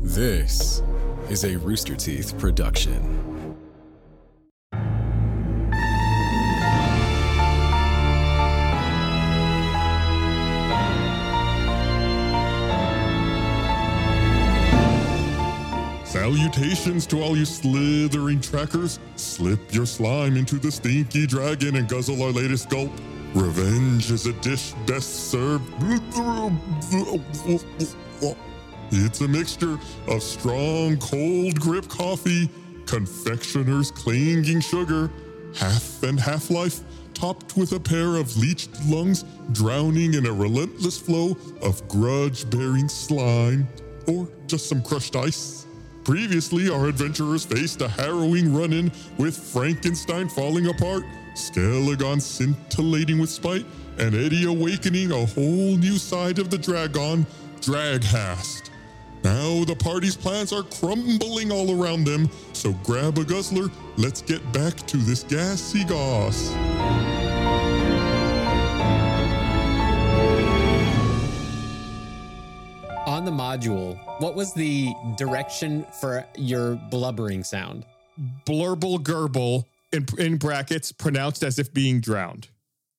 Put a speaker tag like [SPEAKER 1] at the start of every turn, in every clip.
[SPEAKER 1] This is a Rooster Teeth production.
[SPEAKER 2] Salutations to all you slithering trackers. Slip your slime into the stinky dragon and guzzle our latest gulp. Revenge is a dish best served. It's a mixture of strong cold grip coffee, confectioner's clinging sugar, half and half life, topped with a pair of leached lungs drowning in a relentless flow of grudge bearing slime, or just some crushed ice. Previously, our adventurers faced a harrowing run in with Frankenstein falling apart, Skelegon scintillating with spite, and Eddie awakening a whole new side of the Dragon, Draghast. Now the party's plans are crumbling all around them, so grab a guzzler, let's get back to this gassy goss.
[SPEAKER 3] On the module, what was the direction for your blubbering sound?
[SPEAKER 4] blurble gerbil in, in brackets pronounced as if being drowned.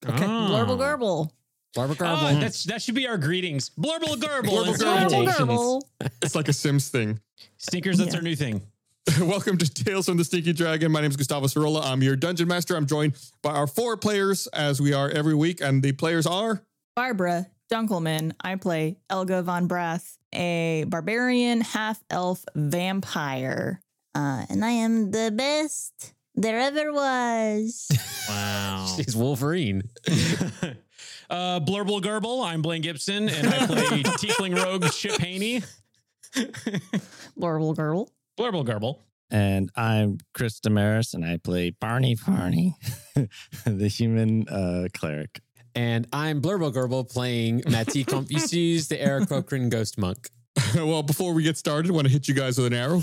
[SPEAKER 5] Okay. Blurble gerbil.
[SPEAKER 3] Barbara
[SPEAKER 6] Oh,
[SPEAKER 3] Garble.
[SPEAKER 6] that's that should be our greetings. Blurble
[SPEAKER 4] Blurble
[SPEAKER 6] gerbil. and
[SPEAKER 4] gerbil.
[SPEAKER 6] salutations.
[SPEAKER 5] Gerbil.
[SPEAKER 4] It's like a Sims thing.
[SPEAKER 6] Stinkers, that's
[SPEAKER 5] Yeah.
[SPEAKER 6] our new thing.
[SPEAKER 4] Welcome to Tales from the Stinky Dragon. My name is Gustavo Cirola. I'm your dungeon master. I'm joined by our four players as we are every week. And the players are
[SPEAKER 5] Barbara Dunkelman. I play Elga von Brath, a barbarian half elf vampire. Uh, and I am the best there ever was.
[SPEAKER 6] Wow.
[SPEAKER 3] She's Wolverine.
[SPEAKER 6] uh, Blurble gerbil. I'm Blaine Gibson, and I play Tiefling Rogue Chip Haney.
[SPEAKER 5] Blurble girl.
[SPEAKER 6] Blurble gerbil.
[SPEAKER 7] And I'm Chris Damaris, and I play Barney Farney, the human uh, cleric.
[SPEAKER 3] And I'm Blurbo Gerble playing Matty Confucius, the Eric Cochran ghost monk.
[SPEAKER 4] well, before we get started, I want to hit you guys with an arrow.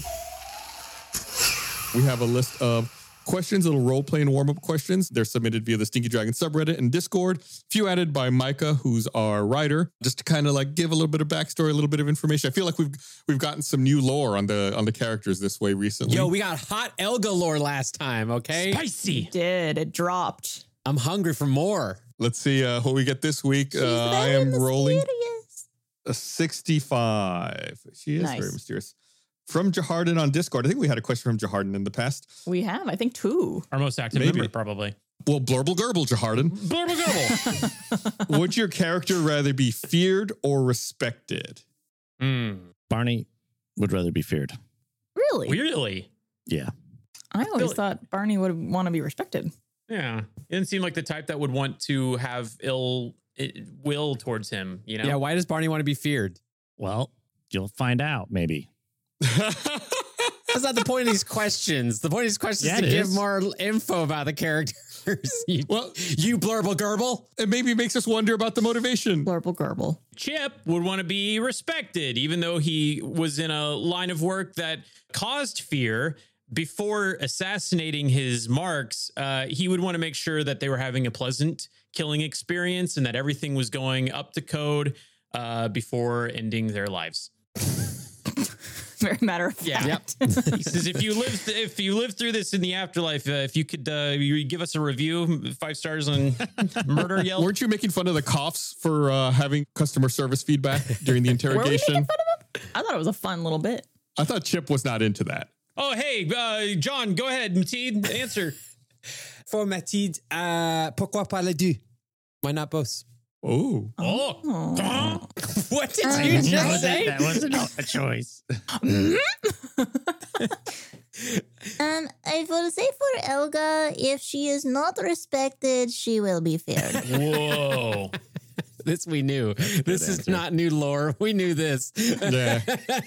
[SPEAKER 4] We have a list of questions, little role play and warm up questions. They're submitted via the Stinky Dragon subreddit and Discord. Few added by Micah, who's our writer, just to kind of like give a little bit of backstory, a little bit of information. I feel like we've we've gotten some new lore on the on the characters this way recently.
[SPEAKER 3] Yo, we got hot Elga lore last time, okay?
[SPEAKER 6] Spicy.
[SPEAKER 5] Did it dropped.
[SPEAKER 3] I'm hungry for more.
[SPEAKER 4] Let's see uh, what we get this week.
[SPEAKER 5] She's
[SPEAKER 4] Uh, I
[SPEAKER 5] very
[SPEAKER 4] am rolling.
[SPEAKER 5] mysterious.
[SPEAKER 4] a 65. She is very
[SPEAKER 5] Nice.
[SPEAKER 4] mysterious. From Jahardin on Discord. I think we had a question from Jahardin in the past.
[SPEAKER 5] We have, I think, two.
[SPEAKER 6] Our most active
[SPEAKER 4] Maybe.
[SPEAKER 6] member, probably.
[SPEAKER 4] Well, blurble gerbil, Jahardin.
[SPEAKER 6] Blurble gerbil.
[SPEAKER 4] Would your character rather be feared or respected?
[SPEAKER 6] Hmm.
[SPEAKER 7] Barney would rather be feared.
[SPEAKER 5] Really?
[SPEAKER 6] Weirdly.
[SPEAKER 7] Yeah.
[SPEAKER 5] I always
[SPEAKER 6] Really?
[SPEAKER 5] thought Barney would want to be respected.
[SPEAKER 6] Yeah. It didn't seem like the type that would want to have ill i- will towards him, you know?
[SPEAKER 3] Yeah, why does Barney want to be feared?
[SPEAKER 7] Well, you'll find out, maybe.
[SPEAKER 3] That's not the point of these questions. The point of these questions
[SPEAKER 7] Yeah,
[SPEAKER 3] is to
[SPEAKER 7] it
[SPEAKER 3] give
[SPEAKER 7] is.
[SPEAKER 3] more info about the characters. you,
[SPEAKER 4] well,
[SPEAKER 3] you Blurble Gerble.
[SPEAKER 4] it maybe makes us wonder about the motivation.
[SPEAKER 5] Blurble gerbil.
[SPEAKER 6] Chip would want to be respected, even though he was in a line of work that caused fear. Before assassinating his marks, uh, he would want to make sure that they were having a pleasant killing experience and that everything was going up to code uh, before ending their lives.
[SPEAKER 5] Very matter of fact.
[SPEAKER 6] Yeah. He says, "If you live, if you live through this in the afterlife, uh, if you could, uh, you give us a review, five stars on Murder Yelp."
[SPEAKER 4] Weren't you making fun of the coughs for uh, having customer service feedback during the
[SPEAKER 5] Were we making fun
[SPEAKER 4] interrogation?
[SPEAKER 5] of him? I thought it was a fun little bit.
[SPEAKER 4] I thought Chip was not into that.
[SPEAKER 6] Oh, hey, uh, John, go ahead, Mateed, answer.
[SPEAKER 3] For Mathilde, uh, pourquoi pas les deux? Why not both?
[SPEAKER 4] Oh.
[SPEAKER 6] oh,
[SPEAKER 5] Oh.
[SPEAKER 3] What did you just say?
[SPEAKER 7] that wasn't a choice.
[SPEAKER 8] Um, I will say for Elga, if she is not respected, she will be feared.
[SPEAKER 6] whoa.
[SPEAKER 3] This we knew. This is
[SPEAKER 7] answer.
[SPEAKER 3] not new lore. We knew this.
[SPEAKER 4] Yeah.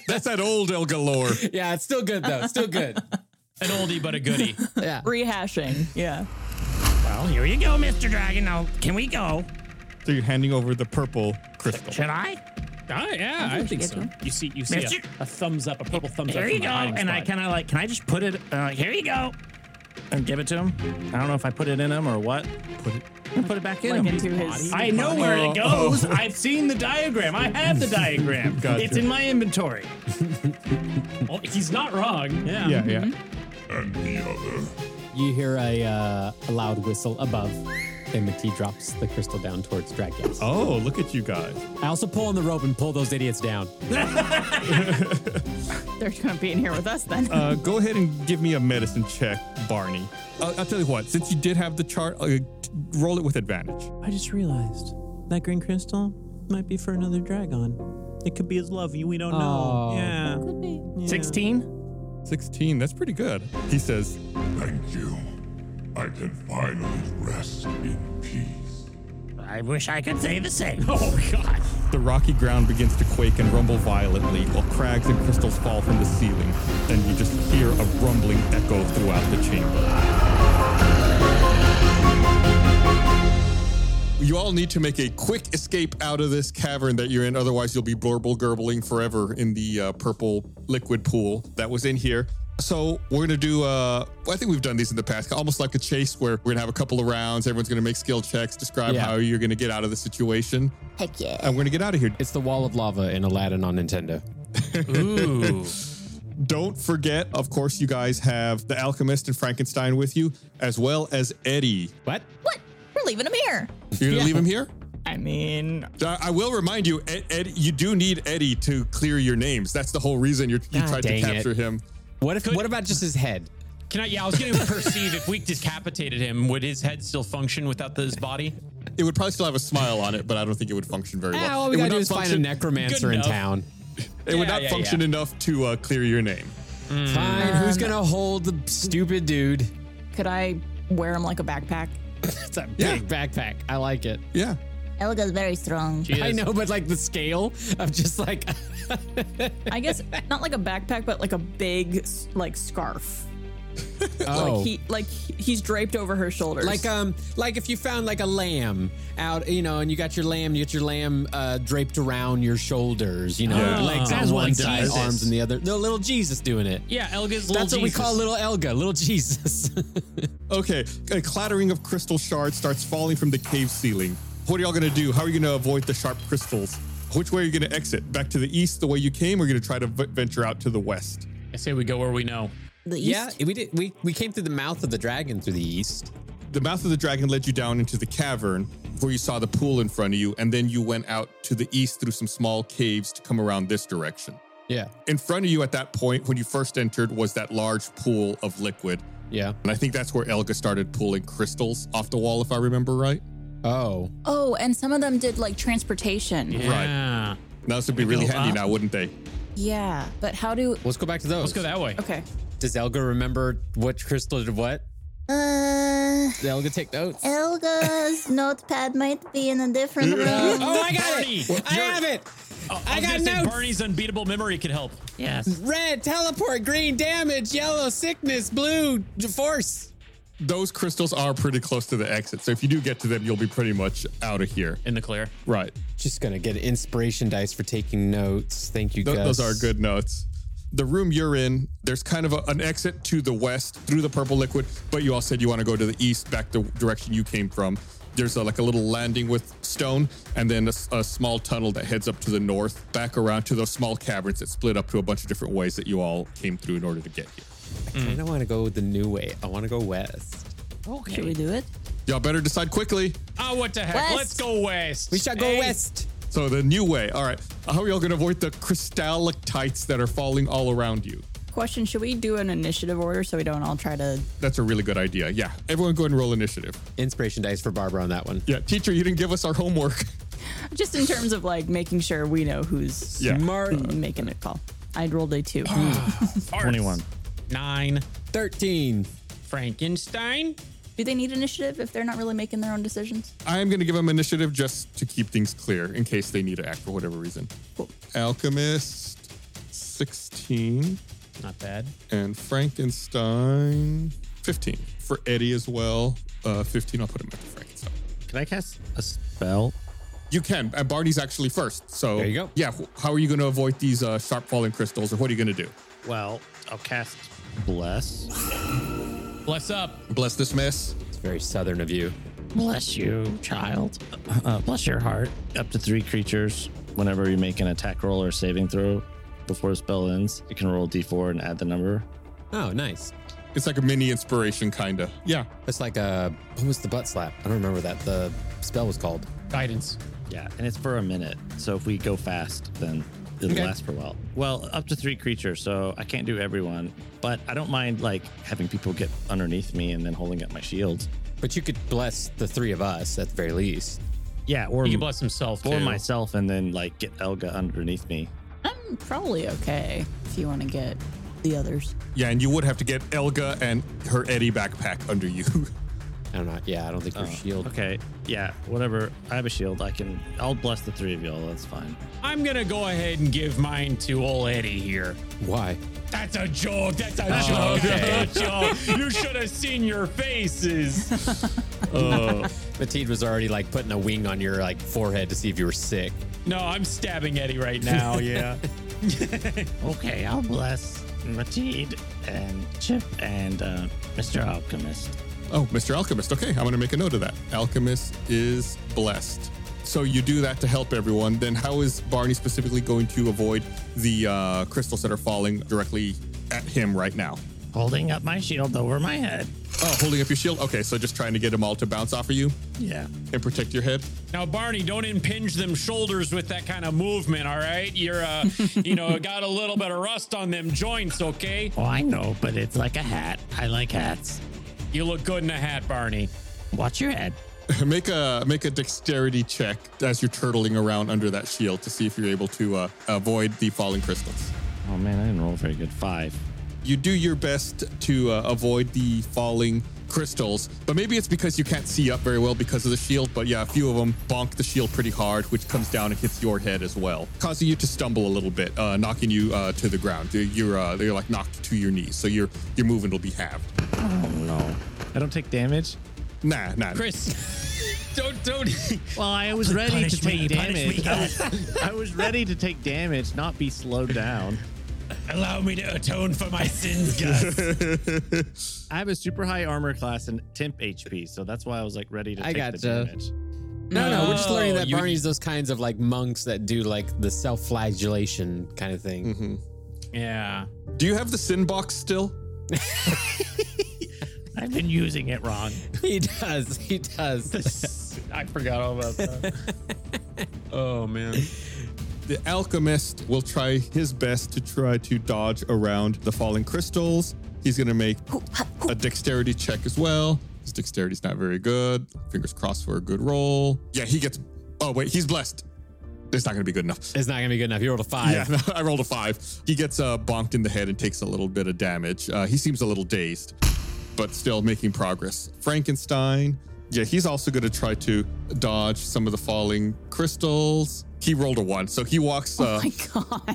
[SPEAKER 4] That's that old Elga lore.
[SPEAKER 3] yeah, it's still good though. It's still good.
[SPEAKER 6] An oldie but a goodie.
[SPEAKER 3] Yeah.
[SPEAKER 5] Rehashing. Yeah.
[SPEAKER 9] Well, here you go, Mr. Dragon. Now, can we go?
[SPEAKER 4] So you're handing over the purple crystal.
[SPEAKER 9] Should I?
[SPEAKER 6] Ah, yeah, I think so.
[SPEAKER 10] You see, you see a,
[SPEAKER 9] Mister-
[SPEAKER 10] a thumbs up, a purple thumbs up.
[SPEAKER 9] Here
[SPEAKER 10] from
[SPEAKER 9] you
[SPEAKER 10] the
[SPEAKER 9] go.
[SPEAKER 10] hiding
[SPEAKER 9] And I
[SPEAKER 10] spot.
[SPEAKER 9] kind of like, can I just put it? Uh, here you go.
[SPEAKER 7] and give it to him. I don't know if I put it in him or what. Put it, put it back in
[SPEAKER 5] Like
[SPEAKER 7] him.
[SPEAKER 5] into his.
[SPEAKER 9] I
[SPEAKER 7] know
[SPEAKER 9] where it
[SPEAKER 10] Oh.
[SPEAKER 9] goes. I've seen the diagram. I have the diagram.
[SPEAKER 4] Gotcha. It's in
[SPEAKER 9] my inventory.
[SPEAKER 10] Well, Oh, he's not wrong. Yeah.
[SPEAKER 4] Yeah, yeah.
[SPEAKER 2] and the other.
[SPEAKER 3] You hear a, uh, a loud whistle above, and McTee drops the crystal down towards Dragcast.
[SPEAKER 4] Oh, look at you guys.
[SPEAKER 3] I also pull on the rope and pull those idiots down.
[SPEAKER 5] They're going to be in here with us then.
[SPEAKER 4] Uh, go ahead and give me a medicine check, Barney. Uh, I'll tell you what, since you did have the chart, uh, t- roll it with advantage.
[SPEAKER 10] I just realized that green crystal might be for another dragon. It could be his love. We don't know.
[SPEAKER 3] Oh.
[SPEAKER 10] Yeah.
[SPEAKER 5] Could be.
[SPEAKER 10] yeah.
[SPEAKER 9] 16?
[SPEAKER 4] 16, that's pretty good. He says,
[SPEAKER 2] Thank you. I can finally rest in peace.
[SPEAKER 9] I wish I could say the same. Oh, God.
[SPEAKER 4] The rocky ground begins to quake and rumble violently while crags and crystals fall from the ceiling, and you just hear a rumbling echo throughout the chamber. You all need to make a quick escape out of this cavern that you're in, otherwise, you'll be blurble gurgling forever in the uh, purple liquid pool that was in here. So, we're gonna do, uh, I think we've done these in the past, almost like a chase where we're gonna have a couple of rounds, everyone's gonna make skill checks, describe
[SPEAKER 3] Yeah.
[SPEAKER 4] how you're gonna get out of the situation,
[SPEAKER 8] Heck yeah.
[SPEAKER 4] and we're Uh, gonna get out of here.
[SPEAKER 3] It's the wall of lava in Aladdin on Nintendo.
[SPEAKER 6] Ooh.
[SPEAKER 4] Don't forget, of course, you guys have the alchemist and Frankenstein with you, as well as Eddie.
[SPEAKER 3] What?
[SPEAKER 5] What? We're leaving him here.
[SPEAKER 4] You're gonna leave him here.
[SPEAKER 5] I mean,
[SPEAKER 4] I I will remind you, Ed, Ed, you do need Eddie to clear your names. That's the whole reason you're, you
[SPEAKER 3] Ah,
[SPEAKER 4] tried to
[SPEAKER 3] dang it.
[SPEAKER 4] capture him.
[SPEAKER 3] What if? what about just his head?
[SPEAKER 6] Can I? Yeah, I was going to perceive if we decapitated him, would his head still function without his body?
[SPEAKER 4] It would probably still have a smile on it, but I don't think it would function very
[SPEAKER 3] Ah,
[SPEAKER 4] well.
[SPEAKER 3] all we
[SPEAKER 4] it would
[SPEAKER 3] gotta do
[SPEAKER 4] not
[SPEAKER 3] is find a
[SPEAKER 4] function-
[SPEAKER 3] necromancer
[SPEAKER 6] Good
[SPEAKER 3] in
[SPEAKER 6] enough.
[SPEAKER 3] town.
[SPEAKER 4] It would
[SPEAKER 6] Yeah,
[SPEAKER 4] not
[SPEAKER 6] yeah,
[SPEAKER 4] function
[SPEAKER 6] yeah.
[SPEAKER 4] enough to uh, clear your name. Hmm.
[SPEAKER 3] Fine. Who's gonna hold the stupid dude?
[SPEAKER 5] could I wear him like a backpack?
[SPEAKER 3] It's a
[SPEAKER 4] Yeah.
[SPEAKER 3] big backpack. I like it.
[SPEAKER 4] Yeah.
[SPEAKER 8] Elga's very strong.
[SPEAKER 3] I know, but like the scale of just like
[SPEAKER 5] I guess not like a backpack, but like a big s- like scarf.
[SPEAKER 3] oh,
[SPEAKER 5] Like he like he- he's draped over her shoulders.
[SPEAKER 3] like um, like if you found like a lamb out, you know, and you got your lamb, you get your lamb uh, draped around your shoulders, you know,
[SPEAKER 6] Yeah.
[SPEAKER 3] legs
[SPEAKER 6] That's
[SPEAKER 3] on
[SPEAKER 6] what
[SPEAKER 3] one side,
[SPEAKER 6] Jesus.
[SPEAKER 3] arms in the other. No, little Jesus doing it.
[SPEAKER 6] Yeah, Elga's little
[SPEAKER 3] That's what we
[SPEAKER 6] Jesus.
[SPEAKER 3] call little Elga, little Jesus.
[SPEAKER 4] Okay. A clattering of crystal shards starts falling from the cave ceiling. What are y'all gonna do? How are you gonna avoid the sharp crystals? Which way are you gonna exit? Back to the east, the way you came, or are you gonna try to v- venture out to the west?
[SPEAKER 6] I say we go where we know.
[SPEAKER 8] The east.
[SPEAKER 3] yeah, we did. We we came through the mouth of the dragon through the east.
[SPEAKER 4] The mouth of the dragon led you down into the cavern where you saw the pool in front of you, and then you went out to the east through some small caves to come around this direction.
[SPEAKER 3] Yeah,
[SPEAKER 4] In front of you at that point, when you first entered, was that large pool of liquid.
[SPEAKER 3] yeah.
[SPEAKER 4] And I think that's where Elga started pulling crystals off the wall, if I remember right.
[SPEAKER 3] Oh,
[SPEAKER 5] oh, and some of them did like transportation. Yeah,
[SPEAKER 6] Yeah.
[SPEAKER 4] Now, this would be really
[SPEAKER 6] go
[SPEAKER 4] handy
[SPEAKER 6] up.
[SPEAKER 4] now, wouldn't they?
[SPEAKER 5] but how do?
[SPEAKER 3] let's go back to those.
[SPEAKER 6] Uh-huh. Let's go that way.
[SPEAKER 5] Okay,
[SPEAKER 3] Does Elga remember what crystal did what?
[SPEAKER 8] Uh,
[SPEAKER 3] Did Elga take notes?
[SPEAKER 8] Elga's notepad might be in a different room.
[SPEAKER 3] oh, I got
[SPEAKER 6] Barney,
[SPEAKER 3] it! I
[SPEAKER 6] you're-
[SPEAKER 3] have it!
[SPEAKER 6] E. Oh,
[SPEAKER 3] I
[SPEAKER 6] I,
[SPEAKER 3] got
[SPEAKER 6] was gonna
[SPEAKER 3] notes.
[SPEAKER 6] say Barney's unbeatable memory could help.
[SPEAKER 10] Yes.
[SPEAKER 3] Red, teleport, green, damage, yellow, sickness, blue, d- force.
[SPEAKER 4] Those crystals are pretty close to the exit. So if you do get to them, you'll be pretty much out of here.
[SPEAKER 6] In the clear.
[SPEAKER 4] Right.
[SPEAKER 3] Just gonna get an inspiration dice for taking notes. Thank you,
[SPEAKER 4] Th-
[SPEAKER 3] guys.
[SPEAKER 4] Those are good notes. The room you're in, there's kind of a, an exit to the west through the purple liquid, but you all said you want to go to the east, back the direction you came from. There's a, like a little landing with stone, and then a, s- a small tunnel that heads up to the north, back around to those small caverns that split up to a bunch of different ways that you all came through in order to get here.
[SPEAKER 3] I
[SPEAKER 6] Mm.
[SPEAKER 3] don't want to go the new way. I want to go west.
[SPEAKER 5] Oh, should we do it?
[SPEAKER 4] Y'all better decide quickly.
[SPEAKER 6] Oh, what the heck?
[SPEAKER 5] West.
[SPEAKER 6] Let's go west.
[SPEAKER 3] We shall go
[SPEAKER 6] Hey.
[SPEAKER 3] west.
[SPEAKER 4] So the new way. All right. How are y'all going to avoid the crystallictites that are falling all around you?
[SPEAKER 5] Question: Should we do an initiative order so we don't all try to?
[SPEAKER 4] That's a really good idea. Yeah. Everyone go and roll initiative.
[SPEAKER 3] Inspiration dice for Barbara on that one.
[SPEAKER 4] Yeah. Teacher, you didn't give us our homework.
[SPEAKER 5] Just in terms of like making sure we know who's
[SPEAKER 4] Yeah.
[SPEAKER 5] smart making a call. I'd rolled a two.
[SPEAKER 6] Farts.
[SPEAKER 7] 21.
[SPEAKER 6] Nine.
[SPEAKER 3] 13.
[SPEAKER 6] Frankenstein.
[SPEAKER 5] do they need initiative if they're not really making their own decisions?
[SPEAKER 4] I'm going to give them initiative just to keep things clear in case they need to act for whatever reason.
[SPEAKER 5] Cool.
[SPEAKER 4] Alchemist, 16,
[SPEAKER 6] Not bad.
[SPEAKER 4] and Frankenstein, 15. For Eddie as well, uh, 15. I'll put him back to Frankenstein.
[SPEAKER 7] Can I cast a spell?
[SPEAKER 4] You can. And Barney's actually first. So
[SPEAKER 3] There you go.
[SPEAKER 4] Yeah. wh- How are you going to avoid these uh, sharp falling crystals, or what are you going to do?
[SPEAKER 7] Well, I'll cast bless.
[SPEAKER 6] Bless up.
[SPEAKER 4] Bless this mess.
[SPEAKER 6] It's very southern of you.
[SPEAKER 7] Bless you, child. Uh, bless your heart. Up to three creatures. Whenever you make an attack roll or saving throw before the spell ends, you can roll d4 and add the number.
[SPEAKER 3] Oh, nice.
[SPEAKER 4] It's like a mini inspiration, kinda. Yeah.
[SPEAKER 3] It's like a what was the butt slap? I don't remember that. The spell was called.
[SPEAKER 6] Guidance.
[SPEAKER 7] Yeah, and it's for a minute. So if we go fast, then it'll
[SPEAKER 3] Okay.
[SPEAKER 7] last for a while. Well, up to three creatures, so I can't do everyone, but I don't mind like having people get underneath me and then holding up my shield.
[SPEAKER 3] But you could bless the three of us at the very least.
[SPEAKER 7] Yeah, or
[SPEAKER 6] He can bless himself too.
[SPEAKER 7] or myself and then like get Elga underneath me.
[SPEAKER 5] I'm probably okay if you want to get the others.
[SPEAKER 4] Yeah, and you would have to get Elga and her Eddie backpack under you.
[SPEAKER 3] I don't know. Yeah, I don't think your shield.
[SPEAKER 7] Oh, Okay, yeah, whatever. I have a shield. I can. I'll bless the three of y'all. That's fine.
[SPEAKER 6] I'm gonna go ahead and give mine to old Eddie here.
[SPEAKER 3] Why?
[SPEAKER 6] That's a joke. That's a joke. That's a joke. You should have seen your faces.
[SPEAKER 3] Oh.
[SPEAKER 4] Uh.
[SPEAKER 3] Matilde was already like putting a wing on your like forehead to see if you were sick.
[SPEAKER 6] No, I'm stabbing Eddie right now. Yeah.
[SPEAKER 7] Okay, I'll bless Matid and Chip and uh, Mr. Alchemist.
[SPEAKER 4] oh, Mr. Alchemist. Okay, I'm gonna make a note of that. Alchemist is blessed. So you do that to help everyone. Then how is Barney specifically going to avoid the uh, crystals that are falling directly at him right now?
[SPEAKER 7] Holding up my shield over my head.
[SPEAKER 4] Oh, holding up your shield. Okay, so just trying to get them all to bounce off of you
[SPEAKER 7] Yeah.
[SPEAKER 4] and protect your head.
[SPEAKER 6] Now, Barney, don't impinge them shoulders with that kind of movement. All right, you're, uh, you know, got a little bit of rust on them joints. Okay,
[SPEAKER 7] Oh, I know, but it's like a hat. I like hats.
[SPEAKER 6] you look good in a hat, Barney.
[SPEAKER 7] Watch your head.
[SPEAKER 4] Make a make a dexterity check as you're turtling around under that shield to see if you're able to uh, avoid the falling crystals.
[SPEAKER 7] Oh man, I didn't roll very good. Five.
[SPEAKER 4] You do your best to uh, avoid the falling crystals, but maybe it's because you can't see up very well because of the shield. But yeah, a few of them bonk the shield pretty hard, which comes down and hits your head as well, causing you to stumble a little bit, uh, knocking you uh, to the ground. You're- You're uh, you're like knocked to your knees, so your your movement will be halved.
[SPEAKER 7] Oh no. I don't take damage.
[SPEAKER 4] Nah, nah.
[SPEAKER 6] Chris, don't, don't.
[SPEAKER 7] Well, I was ready
[SPEAKER 10] Punish
[SPEAKER 7] to take
[SPEAKER 10] me, punish me,
[SPEAKER 7] damage. I
[SPEAKER 10] God.
[SPEAKER 7] was, I was ready to take damage, not be slowed down.
[SPEAKER 10] Allow me to atone for my sins, Gus.
[SPEAKER 7] I have a super high armor class and temp HP, so that's why I was like ready to
[SPEAKER 3] I
[SPEAKER 7] take
[SPEAKER 3] gotcha.
[SPEAKER 7] the damage.
[SPEAKER 3] No, no, we're just learning
[SPEAKER 6] No,
[SPEAKER 3] that
[SPEAKER 6] you-
[SPEAKER 3] Barney's those kinds of like monks that do like the self-flagellation kind of thing.
[SPEAKER 6] Yeah.
[SPEAKER 4] Mm-hmm. Do you have the sin box still?
[SPEAKER 7] I've been using it wrong.
[SPEAKER 3] He does. He does.
[SPEAKER 6] I forgot all about that. oh man.
[SPEAKER 4] The alchemist will try his best to try to dodge around the falling crystals. He's gonna make a dexterity check as well. His dexterity's not very good. Fingers crossed for a good roll. Yeah, he gets. Oh wait, he's blessed. It's not gonna be good enough.
[SPEAKER 3] it's not gonna be good enough. You rolled a five.
[SPEAKER 4] Yeah, I rolled a five. He gets uh, bonked in the head and takes a little bit of damage. Uh, he seems a little dazed, but still making progress. Frankenstein, yeah, he's also going to try to dodge some of the falling crystals. He rolled a one, so he walks. Uh,
[SPEAKER 5] Oh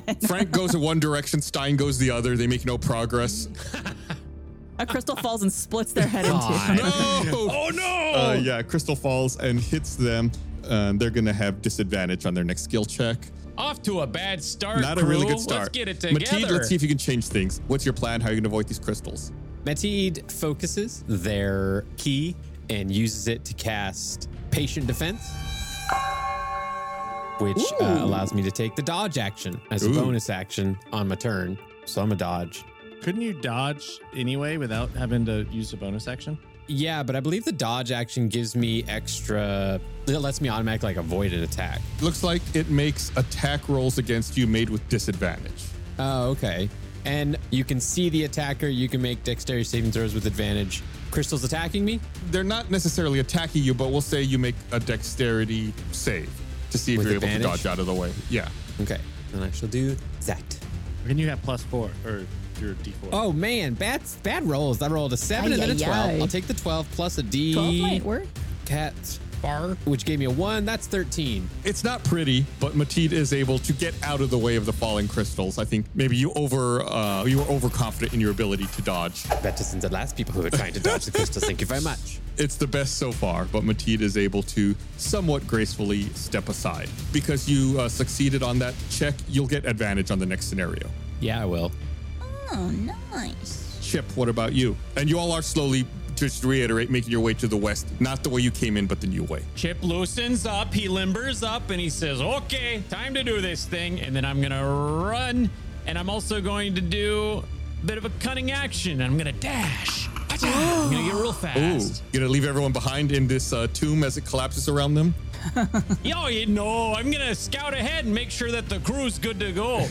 [SPEAKER 5] My God,
[SPEAKER 4] Frank goes in one direction, Stein goes the other. They make no progress.
[SPEAKER 5] a crystal falls and splits their head in
[SPEAKER 3] God.
[SPEAKER 5] two.
[SPEAKER 4] Oh no! Uh, yeah, crystal falls and hits them. Um, they're going to have disadvantage on their next skill check.
[SPEAKER 6] Off to a bad start.
[SPEAKER 4] Not a
[SPEAKER 6] crew.
[SPEAKER 4] really good start.
[SPEAKER 6] Let's get it
[SPEAKER 4] Mateed,
[SPEAKER 6] together.
[SPEAKER 4] let's see if you can change things. What's your plan? How are you going to avoid these crystals?
[SPEAKER 3] Meteed E focuses their key and uses it to cast Patient Defense, which uh, allows me to take the dodge action as
[SPEAKER 4] Ooh.
[SPEAKER 3] a bonus action on my turn. So I'm a dodge.
[SPEAKER 7] Couldn't you dodge anyway without having to use a bonus action?
[SPEAKER 3] Yeah, but I believe the dodge action gives me extra. It lets me automatically like avoid an attack.
[SPEAKER 4] Looks like it makes attack rolls against you made with disadvantage.
[SPEAKER 3] Oh, okay. And you can see the attacker. You can make dexterity saving throws with advantage. Crystal's attacking me
[SPEAKER 4] They're not necessarily attacking you, but we'll say you make a dexterity save to see if
[SPEAKER 3] With
[SPEAKER 4] you're able
[SPEAKER 3] advantage?
[SPEAKER 4] to dodge out of the way. Yeah.
[SPEAKER 3] Okay. And I shall do that.
[SPEAKER 7] Can you have plus four or your d4?
[SPEAKER 3] Oh man, bad bad rolls. I rolled a seven and then a
[SPEAKER 5] Ay, ay,
[SPEAKER 3] twelve.
[SPEAKER 5] ay.
[SPEAKER 3] I'll take the twelve plus a D
[SPEAKER 5] Twelve might work.
[SPEAKER 3] cat bar, which gave me a one. That's thirteen.
[SPEAKER 4] It's not pretty, but Matilde is able to get out of the way of the falling crystals. I think maybe you over uh, you were overconfident in your ability to dodge.
[SPEAKER 3] That isn't the last people who are trying to dodge the crystals. Thank you very much.
[SPEAKER 4] It's the best so far, but Matilde is able to somewhat gracefully step aside. Because you uh, succeeded on that check, you'll get advantage on the next scenario.
[SPEAKER 3] Yeah, I will.
[SPEAKER 8] Oh, nice.
[SPEAKER 4] Chip, what about you? And you all are slowly, just to reiterate, making your way to the west. Not the way you came in, but the new way.
[SPEAKER 6] Chip loosens up, he limbers up, and he says, Okay, time to do this thing. And then I'm going to run, and I'm also going to do a bit of a cunning action. I'm going to dash. Acha! I'm going to get real fast.
[SPEAKER 4] Ooh, gonna leave everyone behind in this uh, tomb as it collapses around them?
[SPEAKER 6] Yo, you know, I'm going to scout ahead and make sure that the crew's good to go.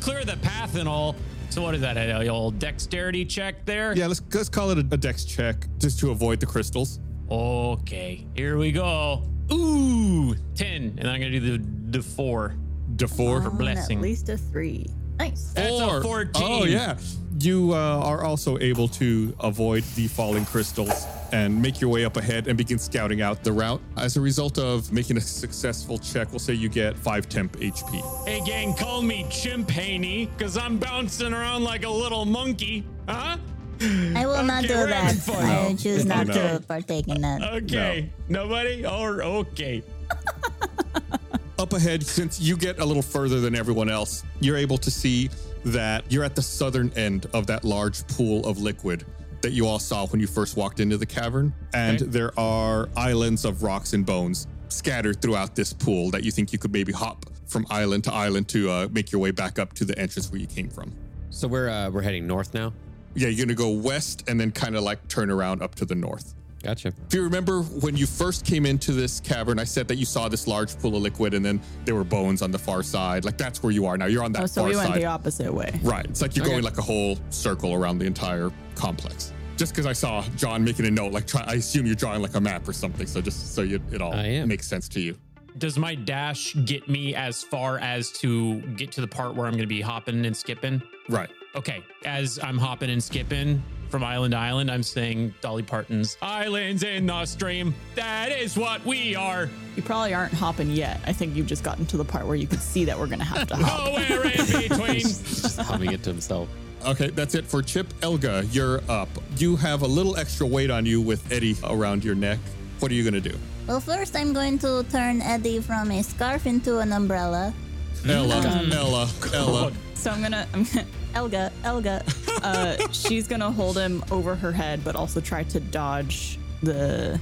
[SPEAKER 6] Clear the path and all. So, what is that? A old dexterity check there?
[SPEAKER 4] Yeah, let's, let's call it a, a dex check just to avoid the crystals.
[SPEAKER 6] Okay, here we go. Ooh, 10. And I'm going to do the, the four.
[SPEAKER 4] The four.
[SPEAKER 8] Oh,
[SPEAKER 6] For blessing.
[SPEAKER 5] At least a three. Nice.
[SPEAKER 6] That's a 14.
[SPEAKER 4] Oh yeah, you uh, are also able to avoid the falling crystals and make your way up ahead and begin scouting out the route. As a result of making a successful check, we'll say you get five temp HP.
[SPEAKER 6] Hey, gang, call me Chimp Haney, because I'm bouncing around like a little monkey. Huh?
[SPEAKER 8] I will not do
[SPEAKER 6] Okay, we're
[SPEAKER 8] that.
[SPEAKER 6] having fun.
[SPEAKER 8] I choose not
[SPEAKER 4] No.
[SPEAKER 8] to partake in that.
[SPEAKER 6] Okay. Nobody? Or okay.
[SPEAKER 4] Up ahead, since you get a little further than everyone else, you're able to see that you're at the southern end of that large pool of liquid that you all saw when you first walked into the cavern, and
[SPEAKER 6] Okay.
[SPEAKER 4] there are islands of rocks and bones scattered throughout this pool that you think you could maybe hop from island to island to uh, make your way back up to the entrance where you came from.
[SPEAKER 3] So we're uh, we're heading north now.
[SPEAKER 4] Yeah, you're gonna go west and then kind of like turn around up to the north.
[SPEAKER 3] Gotcha.
[SPEAKER 4] If you remember when you first came into this cavern, I said that you saw this large pool of liquid and then there were bones on the far side. Like that's where you are now. You're on that
[SPEAKER 5] Oh, so
[SPEAKER 4] far
[SPEAKER 5] we went
[SPEAKER 4] side.
[SPEAKER 5] the opposite way.
[SPEAKER 4] right. It's like you're going like a whole circle around the entire complex. Just because I saw John making a note, like try, I assume you're drawing like a map or something. So just so you, it all
[SPEAKER 3] I am.
[SPEAKER 4] makes sense to you.
[SPEAKER 6] Does my dash get me as far as to get to the part where I'm going to be hopping and skipping?
[SPEAKER 4] Right.
[SPEAKER 6] Okay. As I'm hopping and skipping from island to island, I'm saying Dolly Parton's Islands in the Stream. That is what we are.
[SPEAKER 5] You probably aren't hopping yet. I think you've just gotten to the part where you can see that we're gonna have to hop.
[SPEAKER 6] Nowhere in between.
[SPEAKER 3] Just humming it to himself.
[SPEAKER 4] Okay, that's it for Chip. Elga, you're up. You have a little extra weight on you with Eddie around your neck. What are you gonna do?
[SPEAKER 8] Well, first I'm going to turn Eddie from a scarf into an umbrella.
[SPEAKER 4] Ella, Ella, Ella.
[SPEAKER 5] So I'm gonna, I'm gonna Elga, Elga. Uh, she's gonna hold him over her head, but also try to dodge the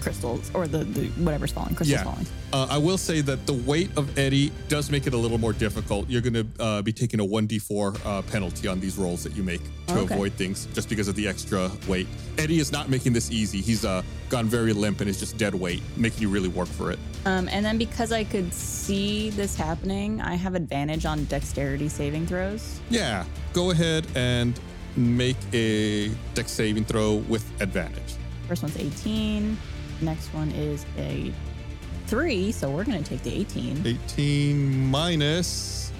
[SPEAKER 5] crystals or the, the whatever's falling. Crystals
[SPEAKER 4] Yeah.
[SPEAKER 5] falling.
[SPEAKER 4] Uh, I will say that the weight of Eddie does make it a little more difficult. You're going to uh, be taking a 1d4 uh, penalty on these rolls that you make to
[SPEAKER 5] Okay.
[SPEAKER 4] avoid things just because of the extra weight. Eddie is not making this easy. He's uh, gone very limp and is just dead weight, making you really work for it.
[SPEAKER 5] Um, and then because I could see this happening, I have advantage on dexterity saving throws.
[SPEAKER 4] Yeah, go ahead and make a dex saving throw with advantage.
[SPEAKER 5] First one's 18. Next one is a three, so we're gonna take the 18
[SPEAKER 4] 18 minus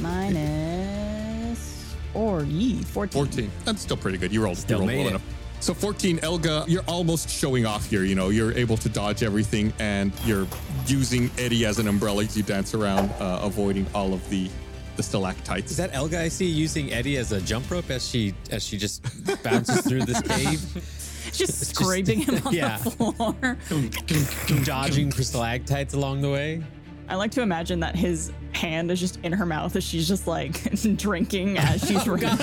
[SPEAKER 5] minus or ye 14.
[SPEAKER 4] 14. That's still pretty good. You rolled,
[SPEAKER 10] Still
[SPEAKER 4] you rolled
[SPEAKER 10] made
[SPEAKER 4] well
[SPEAKER 10] it.
[SPEAKER 4] enough. So 14, Elga, you're almost showing off here. You know, you're able to dodge everything and you're using Eddie as an umbrella as you dance around, uh, avoiding all of the, the stalactites.
[SPEAKER 3] Is that Elga I see using Eddie as a jump rope as she as she just bounces through this cave,
[SPEAKER 5] Just scraping him on
[SPEAKER 3] yeah.
[SPEAKER 5] the floor.
[SPEAKER 3] dodging stalactites along the way?
[SPEAKER 5] I like to imagine that his hand is just in her mouth as she's just like drinking as she's running.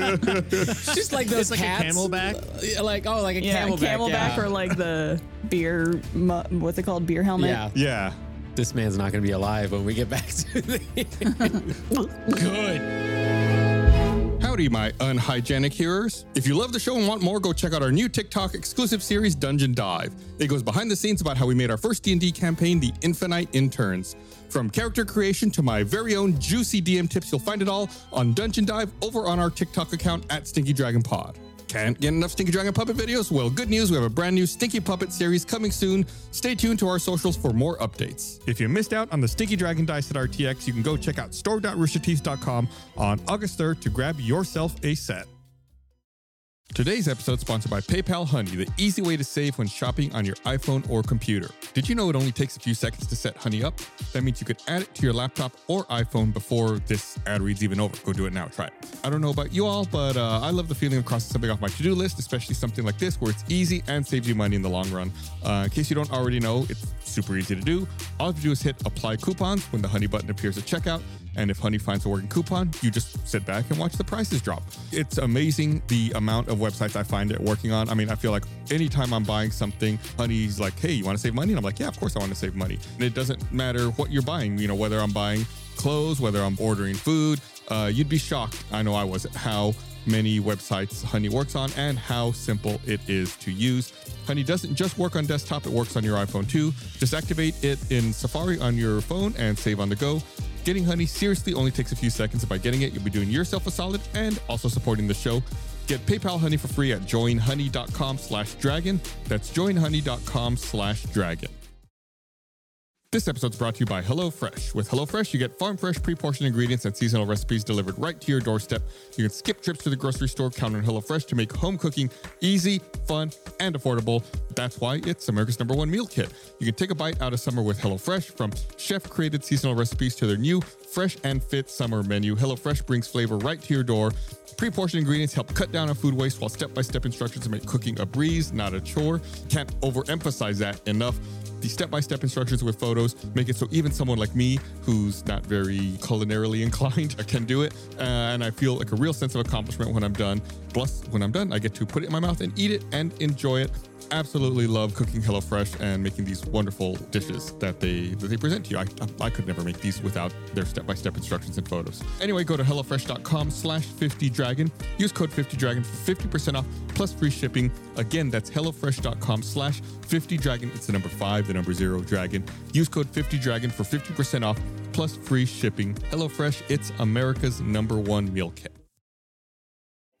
[SPEAKER 3] Just like those
[SPEAKER 7] like a
[SPEAKER 3] cats.
[SPEAKER 7] camelback?
[SPEAKER 3] Uh, Like oh, like a
[SPEAKER 5] Yeah,
[SPEAKER 3] camelback.
[SPEAKER 5] camelback
[SPEAKER 3] yeah.
[SPEAKER 5] or like the beer, mu- what's it called, beer helmet?
[SPEAKER 3] yeah.
[SPEAKER 4] Yeah.
[SPEAKER 3] This man's not going to be alive when we get back to the.
[SPEAKER 6] Good.
[SPEAKER 4] Howdy, my unhygienic hearers. If you love the show and want more, go check out our new TikTok exclusive series, Dungeon Dive. It goes behind the scenes about how we made our first D&D campaign, The Infinite Interns. From character creation to my very own juicy DM tips, you'll find it all on Dungeon Dive over on our TikTok account at Stinky Dragon Pod. Can't get enough Stinky Dragon puppet videos? Well, good news, we have a brand new Stinky Puppet series coming soon. Stay tuned to our socials for more updates. If you missed out on the Stinky Dragon dice at RTX, you can go check out store.roosterteeth.com on August 3rd to grab yourself a set. Today's episode is sponsored by PayPal Honey, the easy way to save when shopping on your iPhone or computer. Did you know it only takes a few seconds to set Honey up? That means you could add it to your laptop or iPhone before this ad reads even over. Go do it now. Try it. I don't know about you all, but uh, I love the feeling of crossing something off my to-do list, especially something like this where it's easy and saves you money in the long run. Uh, in case you don't already know, it's super easy to do. All you have to do is hit apply coupons when the Honey button appears at checkout. And if Honey finds a working coupon, you just sit back and watch the prices drop. It's amazing the amount of websites I find it working on. I mean, I feel like anytime I'm buying something, Honey's like, hey, you want to save money? And I'm like, yeah, of course I want to save money. And it doesn't matter what you're buying, you know, whether I'm buying clothes, whether I'm ordering food, uh, you'd be shocked. I know I was at how many websites Honey works on and how simple it is to use. Honey doesn't just work on desktop, it works on your iPhone too. Just activate it in Safari on your phone and save on the go. Getting Honey seriously only takes a few seconds. By getting it, you'll be doing yourself a solid and also supporting the show. Get PayPal Honey for free at joinhoney.com slash dragon. That's joinhoney.com slash dragon. This episode's brought to you by HelloFresh. With HelloFresh, you get farm fresh, pre portioned ingredients and seasonal recipes delivered right to your doorstep. You can skip trips to the grocery store, count on HelloFresh to make home cooking easy, fun, and affordable. That's why it's America's number one meal kit. You can take a bite out of summer with HelloFresh from chef created seasonal recipes to their new fresh and fit summer menu. HelloFresh brings flavor right to your door. Pre portioned ingredients help cut down on food waste, while step by step instructions make cooking a breeze, not a chore. Can't overemphasize that enough. The step by step instructions with photos make it so even someone like me, who's not very culinarily inclined, can do it. Uh, and I feel like a real sense of accomplishment when I'm done. Plus, when I'm done, I get to put it in my mouth and eat it and enjoy it. Absolutely love cooking HelloFresh and making these wonderful dishes that they that they present to you. I, I could never make these without their step-by-step instructions and photos. Anyway, go to HelloFresh.com slash 50dragon. Use code 50dragon for 50% off plus free shipping. Again, that's HelloFresh.com slash 50dragon. It's the number five, the number zero dragon. Use code 50dragon for 50% off plus free shipping. HelloFresh, it's America's number one meal kit.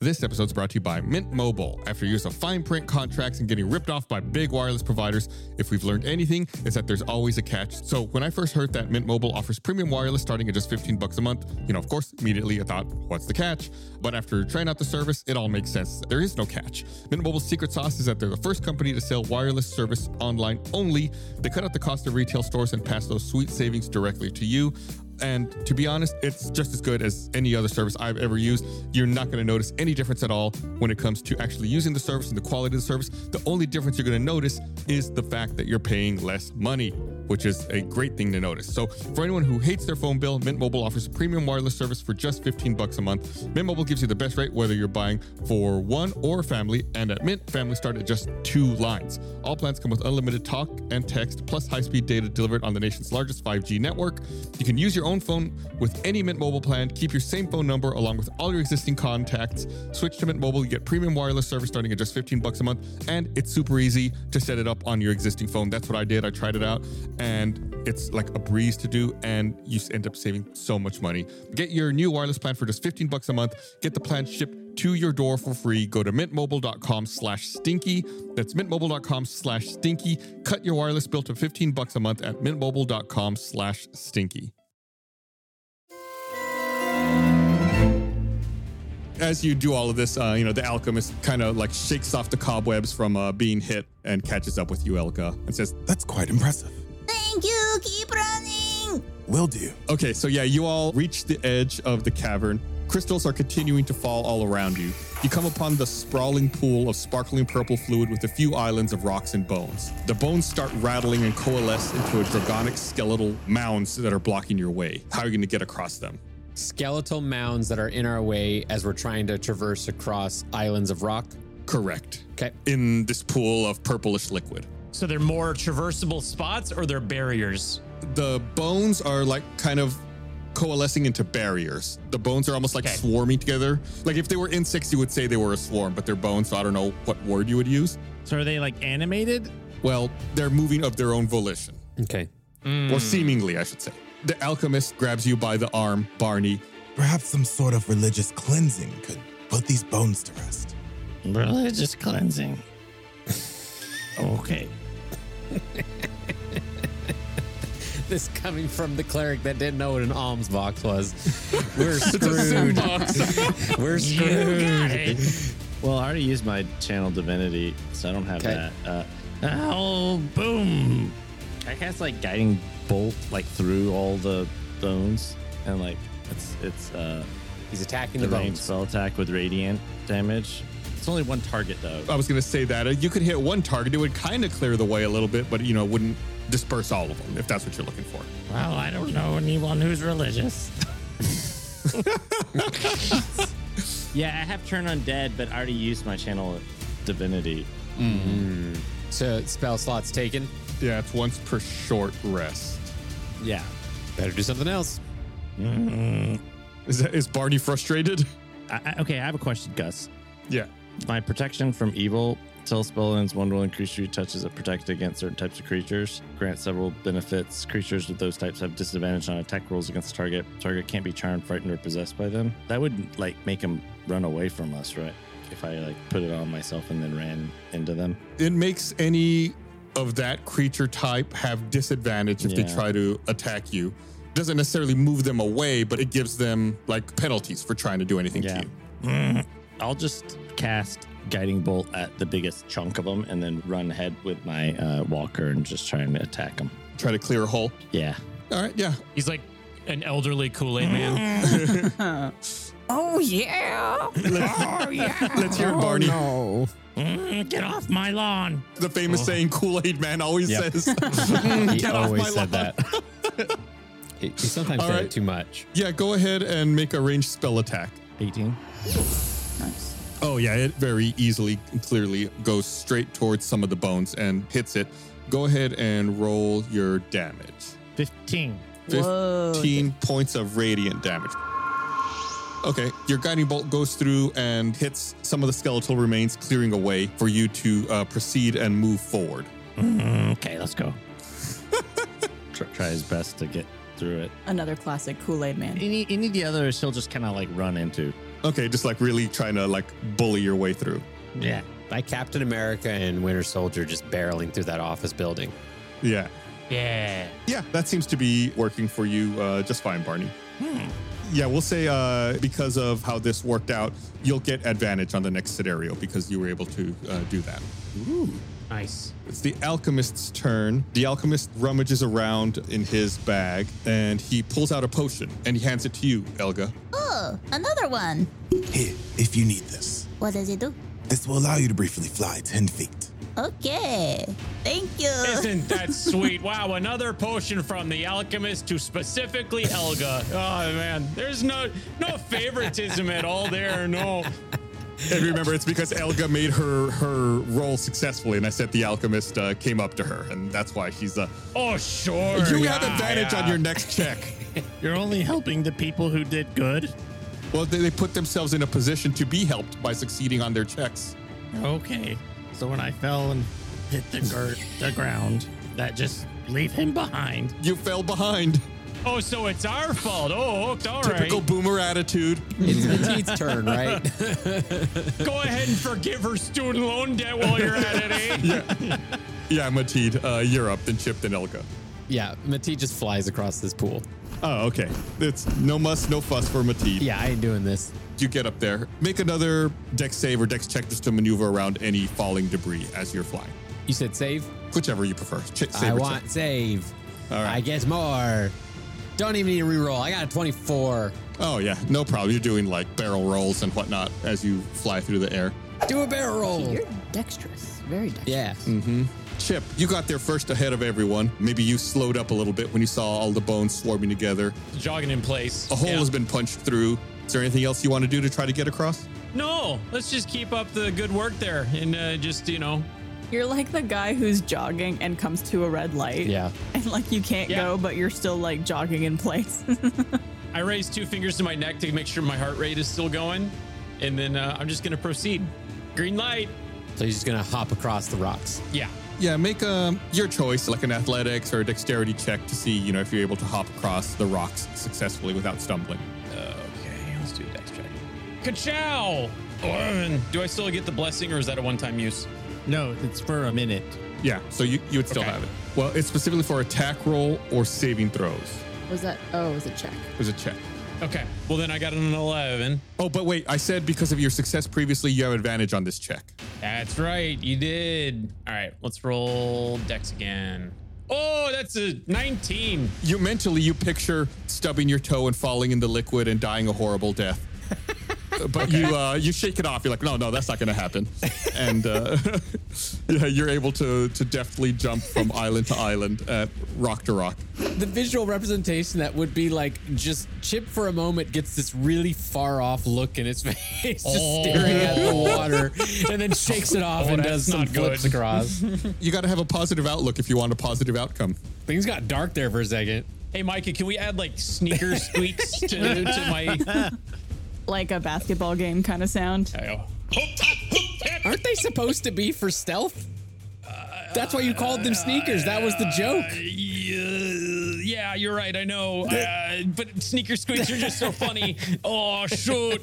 [SPEAKER 4] This episode is brought to you by Mint Mobile. After years of fine print contracts and getting ripped off by big wireless providers, if we've learned anything, it's that there's always a catch. So when I first heard that Mint Mobile offers premium wireless starting at just 15 bucks a month, you know, of course, immediately I thought, what's the catch? But after trying out the service, it all makes sense. There is no catch. Mint Mobile's secret sauce is that they're the first company to sell wireless service online only. They cut out the cost of retail stores and pass those sweet savings directly to you. And to be honest, it's just as good as any other service I've ever used. You're not going to notice any difference at all when it comes to actually using the service and the quality of the service. The only difference you're going to notice is the fact that you're paying less money, which is a great thing to notice. So, for anyone who hates their phone bill, Mint Mobile offers a premium wireless service for just 15 bucks a month. Mint Mobile gives you the best rate whether you're buying for one or family, and at Mint, families start at just two lines. All plans come with unlimited talk and text plus high-speed data delivered on the nation's largest 5G network. You can use your own phone with any Mint Mobile plan. Keep your same phone number along with all your existing contacts. Switch to Mint Mobile, you get premium wireless service starting at just 15 bucks a month, and it's super easy to set it up on your existing phone. That's what I did. I tried it out, and it's like a breeze to do, and you end up saving so much money. Get your new wireless plan for just 15 bucks a month. Get the plan shipped to your door for free. Go to mintmobile.com slash stinky. That's mintmobile.com slash stinky. Cut your wireless bill to 15 bucks a month at mintmobile.com slash stinky. As you do all of this, uh, you know, the alchemist kind of like shakes off the cobwebs from uh, being hit and catches up with you, Elka, and says,
[SPEAKER 11] That's quite impressive.
[SPEAKER 8] Thank you. Keep running.
[SPEAKER 11] Will do.
[SPEAKER 4] Okay, so yeah, you all reach the edge of the cavern. Crystals are continuing to fall all around you. You come upon the sprawling pool of sparkling purple fluid with a few islands of rocks and bones. The bones start rattling and coalesce into a dragonic skeletal mounds that are blocking your way. How are you going to get across them?
[SPEAKER 3] Skeletal mounds that are in our way as we're trying to traverse across islands of rock.
[SPEAKER 4] Correct.
[SPEAKER 3] Okay.
[SPEAKER 4] In this pool of purplish liquid.
[SPEAKER 6] So they're more traversable spots or they're barriers?
[SPEAKER 4] the bones are like kind of coalescing into barriers. The bones are almost like
[SPEAKER 6] Okay.
[SPEAKER 4] swarming together. Like if they were insects, you would say they were a swarm, but they're bones, so I don't know what word you would use.
[SPEAKER 10] So are they like animated?
[SPEAKER 4] Well, they're moving of their own volition,
[SPEAKER 3] Okay.
[SPEAKER 4] or seemingly, I should say. The alchemist grabs you by the arm, Barney.
[SPEAKER 11] Perhaps some sort of religious cleansing could put these bones to rest.
[SPEAKER 7] Religious cleansing. okay.
[SPEAKER 3] This coming from the cleric that didn't know what an alms box was. We're
[SPEAKER 4] Sin
[SPEAKER 3] screwed.
[SPEAKER 4] box.
[SPEAKER 3] We're
[SPEAKER 9] You
[SPEAKER 3] screwed.
[SPEAKER 9] got it.
[SPEAKER 7] Well, I already used my channel divinity, so I don't have
[SPEAKER 3] 'Kay.
[SPEAKER 7] that. Uh, oh, boom! I cast like guiding bolt like through all the bones, and like it's it's uh,
[SPEAKER 3] He's attacking
[SPEAKER 7] the
[SPEAKER 3] the
[SPEAKER 7] range
[SPEAKER 3] bones.
[SPEAKER 7] spell attack with radiant damage. It's only one target though.
[SPEAKER 4] I was going to say that. Uh, You could hit one target, it would kind of clear the way a little bit, but you know, it wouldn't disperse all of them if that's what you're looking for.
[SPEAKER 10] Well, I don't know anyone who's religious.
[SPEAKER 7] Yeah, I have turn undead, but I already used my channel of divinity.
[SPEAKER 3] Mm-hmm. So spell slots taken.
[SPEAKER 4] Yeah, it's once per short rest.
[SPEAKER 7] Yeah.
[SPEAKER 3] Better do something else.
[SPEAKER 4] Is that, is Barney frustrated?
[SPEAKER 7] Mm-hmm. I, I- okay, I have a question, Gus.
[SPEAKER 4] Yeah.
[SPEAKER 7] My protection from evil. Tell spell ends one rolling creature you touch is a protected against certain types of creatures. Grant several benefits. Creatures with those types have disadvantage on attack rolls against the target. Target can't be charmed, frightened, or possessed by them. That would like make them run away from us, right? If I like put it on myself and then ran into them.
[SPEAKER 4] It makes any of that creature type have disadvantage if they
[SPEAKER 7] Yeah.
[SPEAKER 4] try to attack you. Doesn't necessarily move them away, but it gives them like penalties for trying to do anything
[SPEAKER 7] Yeah. Mm.
[SPEAKER 4] to you.
[SPEAKER 7] I'll just cast guiding bolt at the biggest chunk of them and then run ahead with my uh, walker and just try and attack them.
[SPEAKER 4] Try to clear a hole.
[SPEAKER 7] Yeah.
[SPEAKER 4] All right, yeah.
[SPEAKER 6] He's like an elderly Kool Aid man.
[SPEAKER 12] Oh yeah! oh yeah!
[SPEAKER 4] Let's hear it, Barney.
[SPEAKER 12] Mm, get off my lawn!
[SPEAKER 4] The
[SPEAKER 3] Oh.
[SPEAKER 4] famous saying Kool Aid Man always
[SPEAKER 12] Yep.
[SPEAKER 4] says.
[SPEAKER 12] He
[SPEAKER 4] "Get off my lawn."
[SPEAKER 3] that. He he sometimes
[SPEAKER 4] All
[SPEAKER 3] said
[SPEAKER 4] right.
[SPEAKER 3] it too much.
[SPEAKER 4] Yeah, go ahead and make a ranged spell attack.
[SPEAKER 7] 18.
[SPEAKER 4] Oh, yeah, it very easily and clearly goes straight towards some of the bones and hits it. Go ahead and roll your damage
[SPEAKER 6] 15.
[SPEAKER 4] 15
[SPEAKER 6] Whoa.
[SPEAKER 4] points of radiant damage. Okay, your guiding bolt goes through and hits some of the skeletal remains, clearing a way for you to uh, proceed and move forward.
[SPEAKER 7] Mm-hmm. okay, let's go. Tr- try his best to get through it.
[SPEAKER 5] Another classic Kool Aid man.
[SPEAKER 7] Any, any of the others, he'll just kind of like run into.
[SPEAKER 4] Okay, just like really trying to like bully your way through.
[SPEAKER 7] Yeah.
[SPEAKER 3] By Captain America and Winter Soldier just barreling through that office building.
[SPEAKER 4] Yeah.
[SPEAKER 6] Yeah.
[SPEAKER 4] Yeah, that seems to be working for you uh, just fine, Barney.
[SPEAKER 6] Hmm.
[SPEAKER 4] Yeah, we'll say uh, because of how this worked out, you'll get advantage on the next scenario because you were able to uh, do that.
[SPEAKER 6] Ooh. Nice.
[SPEAKER 4] It's the alchemist's turn. The alchemist rummages around in his bag and he pulls out a potion and he hands it to you, Elga.
[SPEAKER 8] Oh, another one.
[SPEAKER 11] Here, if you need this,
[SPEAKER 8] What does it do?
[SPEAKER 11] this will allow you to briefly fly 10 feet.
[SPEAKER 8] Okay. Thank you.
[SPEAKER 6] Isn't that sweet? Wow, another potion from the alchemist to specifically Elga. Oh man, there's no no favoritism at all there. No.
[SPEAKER 4] And remember, it's because Elga made her her role successfully, and I said the alchemist uh, came up to her, and that's why she's uh,
[SPEAKER 6] Oh sure.
[SPEAKER 4] You have
[SPEAKER 6] Yeah,
[SPEAKER 4] advantage
[SPEAKER 6] yeah.
[SPEAKER 4] on your next check.
[SPEAKER 7] You're only helping the people who did good.
[SPEAKER 4] Well, they, they put themselves in a position to be helped by succeeding on their checks.
[SPEAKER 7] Okay. So when I
[SPEAKER 6] fell and hit the gir- the ground. That just leave him behind.
[SPEAKER 4] You fell behind.
[SPEAKER 6] Oh, so it's our fault. Oh, okay, all right.
[SPEAKER 4] Typical boomer attitude.
[SPEAKER 3] It's Mateed's turn, right?
[SPEAKER 6] Go ahead and forgive her student loan debt while you're at it, eh?
[SPEAKER 4] Yeah, Mateed, uh, you're up, then Chip, then Elga.
[SPEAKER 3] Yeah, Mateed just flies across this pool.
[SPEAKER 4] Oh, okay. It's no muss, no fuss for Mateed.
[SPEAKER 3] Yeah, I ain't doing this.
[SPEAKER 4] You get up there. Make another dex save or dex check just to maneuver around any falling debris as you're flying.
[SPEAKER 3] You said save?
[SPEAKER 4] Whichever you prefer. Ch- save
[SPEAKER 3] I
[SPEAKER 4] or
[SPEAKER 3] want
[SPEAKER 4] check.
[SPEAKER 3] save.
[SPEAKER 4] All right.
[SPEAKER 3] I get more. Don't even need a reroll. I got a 24.
[SPEAKER 4] Oh, yeah. No problem. You're doing like barrel rolls and whatnot as you fly through the air.
[SPEAKER 3] Do a barrel roll.
[SPEAKER 5] You're dexterous. Very dexterous.
[SPEAKER 3] Yeah.
[SPEAKER 4] Mm-hmm. Chip, you got there first ahead of everyone. Maybe you slowed up a little bit when you saw all the bones swarming together.
[SPEAKER 6] Jogging in place.
[SPEAKER 4] A hole
[SPEAKER 6] Yeah.
[SPEAKER 4] has been punched through. Is there anything else you want to do to try to get across?
[SPEAKER 6] No, let's just keep up the good work there and uh, just, you know.
[SPEAKER 5] You're like the guy who's jogging and comes to a red light.
[SPEAKER 3] Yeah.
[SPEAKER 5] And like you can't
[SPEAKER 6] Yeah.
[SPEAKER 5] go, but you're still like jogging in place.
[SPEAKER 6] I raise two fingers to my neck to make sure my heart rate is still going. And then uh, I'm just going to proceed. Green light.
[SPEAKER 3] So he's just going to hop across the rocks.
[SPEAKER 6] Yeah.
[SPEAKER 4] Yeah, make um, your choice, like an athletics or a dexterity check to see, you know, if you're able to hop across the rocks successfully without stumbling.
[SPEAKER 6] Okay, let's do a dex check. Ka-chow! Orn. Do I still get the blessing or is that a one time use?
[SPEAKER 7] No, it's for a minute.
[SPEAKER 4] Yeah, so you, you would still
[SPEAKER 6] Okay.
[SPEAKER 4] have it. Well, it's specifically for attack roll or saving throws.
[SPEAKER 13] Was that? Oh, it was a check.
[SPEAKER 4] There's a check.
[SPEAKER 6] Okay. Well, then I got an 11.
[SPEAKER 4] Oh, but wait, I said because of your success previously, you have advantage on this check.
[SPEAKER 6] That's right. You did. All right. Let's roll dex again. Oh, that's a 19.
[SPEAKER 4] You mentally, you picture stubbing your toe and falling in the liquid and dying a horrible death. but you uh, you shake it off. You're like, no, no, that's not going to happen. And uh, yeah, you're able to to deftly jump from island to island, uh, rock to rock.
[SPEAKER 3] The visual representation that would be like just Chip for a moment gets this really far off look in his face, just
[SPEAKER 6] Oh.
[SPEAKER 3] staring at the water, and then shakes it off
[SPEAKER 4] Oh,
[SPEAKER 3] and
[SPEAKER 4] that's
[SPEAKER 3] does some
[SPEAKER 4] not good.
[SPEAKER 3] flips across.
[SPEAKER 4] you got to have a positive outlook if you want a positive outcome.
[SPEAKER 3] Things got dark there for a second.
[SPEAKER 6] Hey, Micah, can we add like sneaker squeaks to, to my?
[SPEAKER 5] like a basketball game kind of sound.
[SPEAKER 3] Aren't they supposed to be for stealth? That's why you called them sneakers. That was
[SPEAKER 6] Uh,
[SPEAKER 3] the joke.
[SPEAKER 6] Yeah, you're right. I know, uh, but sneaker squeaks are just so funny. Oh shoot!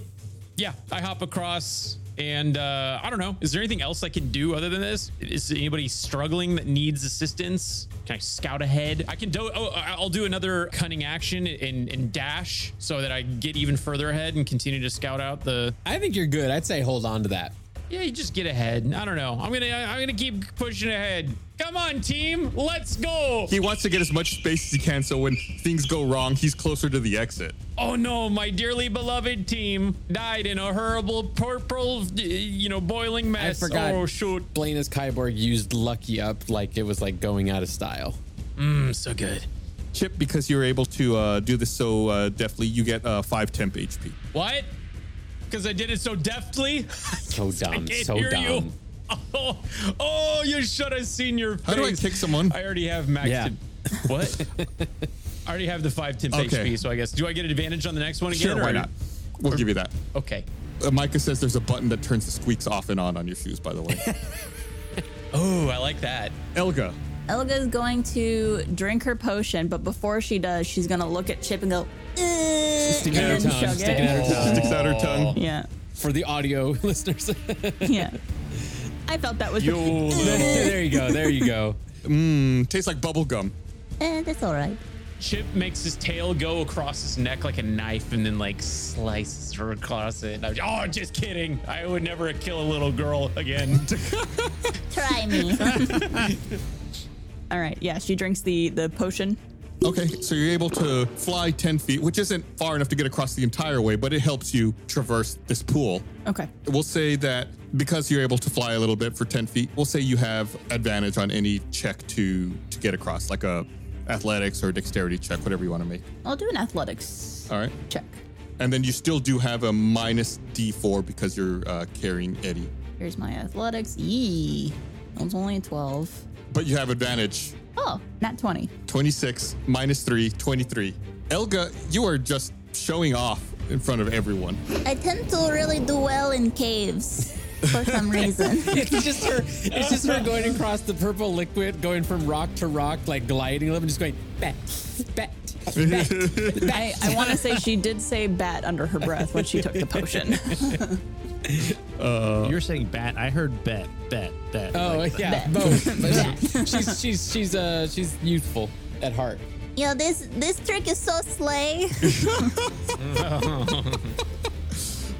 [SPEAKER 6] Yeah, I hop across, and uh, I don't know. Is there anything else I can do other than this? Is anybody struggling that needs assistance? Can I scout ahead? I can do. Oh, I- I'll do another cunning action and, and dash so that I get even further ahead and continue to scout out the.
[SPEAKER 3] I think you're good. I'd say hold on to that.
[SPEAKER 6] Yeah, you just get ahead. I don't know. I'm gonna. I'm gonna keep pushing ahead. Come on, team. Let's go.
[SPEAKER 4] He wants to get as much space as he can, so when things go wrong, he's closer to the exit.
[SPEAKER 6] Oh no, my dearly beloved team died in a horrible purple, uh, you know, boiling
[SPEAKER 3] I
[SPEAKER 6] mess.
[SPEAKER 3] forgot.
[SPEAKER 6] Oh, shoot.
[SPEAKER 3] Blaine's Kyborg used Lucky up like it was like going out of style.
[SPEAKER 6] Mmm, so good.
[SPEAKER 4] Chip, because you're able to uh, do this so uh, deftly, you get uh, five temp HP.
[SPEAKER 6] what? Because I did it so deftly.
[SPEAKER 3] So dumb.
[SPEAKER 6] can't
[SPEAKER 3] So
[SPEAKER 6] hear you.
[SPEAKER 3] dumb.
[SPEAKER 6] Oh, oh, you should have seen your face.
[SPEAKER 4] How do I kick someone?
[SPEAKER 6] I already have max.
[SPEAKER 4] Yeah.
[SPEAKER 6] temp- What? I already have the five temp
[SPEAKER 4] Okay.
[SPEAKER 6] HP, so I guess do I get an advantage on the next one again?
[SPEAKER 4] Sure, why
[SPEAKER 6] or-
[SPEAKER 4] not? We'll give you that.
[SPEAKER 6] Okay.
[SPEAKER 4] Uh, Micah says there's a button that turns the squeaks off and on on your shoes, by the way.
[SPEAKER 6] oh, I like that.
[SPEAKER 4] Elga.
[SPEAKER 5] Elga's going to drink her potion, but before she does, she's going to look at Chip and go, "Eh,"
[SPEAKER 3] Sticking out her
[SPEAKER 5] and then
[SPEAKER 3] tongue.
[SPEAKER 5] chug it.
[SPEAKER 3] Sticking out her tongue. Oh.
[SPEAKER 4] Sticks out her tongue.
[SPEAKER 5] Yeah.
[SPEAKER 3] For the audio listeners.
[SPEAKER 5] yeah. I thought that was
[SPEAKER 3] there you go. Oh, There you go.
[SPEAKER 4] Mmm, tastes like bubble gum.
[SPEAKER 8] Eh, that's all right.
[SPEAKER 6] Chip makes his tail go across his neck like a knife and then like slices her across it. And I'm, oh, just kidding. I would never kill a little girl again.
[SPEAKER 8] Try me.
[SPEAKER 5] All right. Yeah, she drinks the the potion.
[SPEAKER 4] Okay, so you're able to fly 10 feet, which isn't far enough to get across the entire way, but it helps you traverse this pool.
[SPEAKER 5] Okay.
[SPEAKER 4] We'll say that because you're able to fly a little bit for 10 feet, we'll say you have advantage on any check to to get across, like a athletics or dexterity check, whatever you want to make.
[SPEAKER 5] I'll do an athletics.
[SPEAKER 4] All right.
[SPEAKER 5] Check.
[SPEAKER 4] And then you still do have a minus D4 because you're uh, carrying Eddie,
[SPEAKER 5] Here's my athletics. Yee. That was only a 12.
[SPEAKER 4] but you have advantage.
[SPEAKER 5] Oh, not 20.
[SPEAKER 4] 26 minus 3, 23. Elga, you are just showing off in front of everyone.
[SPEAKER 8] I tend to really do well in caves for some reason.
[SPEAKER 3] it's just her. It's just her going across the purple liquid, going from rock to rock, like gliding a little, and just going bet, bet, bet.
[SPEAKER 5] I, I want to say she did say bat under her breath when she took the potion.
[SPEAKER 3] Uh,
[SPEAKER 10] You're saying bat. I heard bet, bet, bet.
[SPEAKER 3] Oh
[SPEAKER 10] like that.
[SPEAKER 3] yeah, both. But she's she's she's uh she's youthful at heart.
[SPEAKER 8] Yo, this this trick is so slay.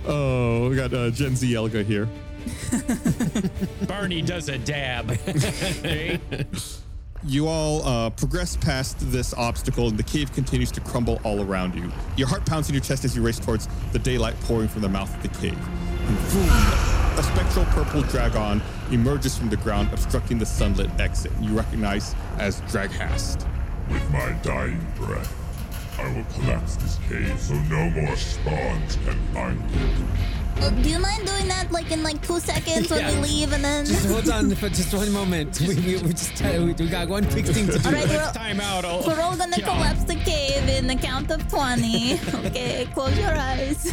[SPEAKER 4] Oh, we got uh, Gen Z Elga here.
[SPEAKER 6] Barney does a dab. Hey?
[SPEAKER 4] You all uh, progress past this obstacle, and the cave continues to crumble all around you. Your heart pounds in your chest as you race towards the daylight pouring from the mouth of the cave. And vroom, a spectral purple dragon emerges from the ground, obstructing the sunlit exit. You recognize as Draghast.
[SPEAKER 14] With my dying breath, I will collapse this cave so no more spawns can find it.
[SPEAKER 8] Uh, do you mind doing that like in like two seconds when we
[SPEAKER 3] Yeah.
[SPEAKER 8] leave and then?
[SPEAKER 3] Just hold on for just one moment. We, we, we just we, we got one quick thing to do.
[SPEAKER 8] All right, we're all-
[SPEAKER 6] Time out. I'll-
[SPEAKER 8] We're all gonna
[SPEAKER 6] Yeah.
[SPEAKER 8] collapse the cave in the count of twenty. Okay, close your eyes.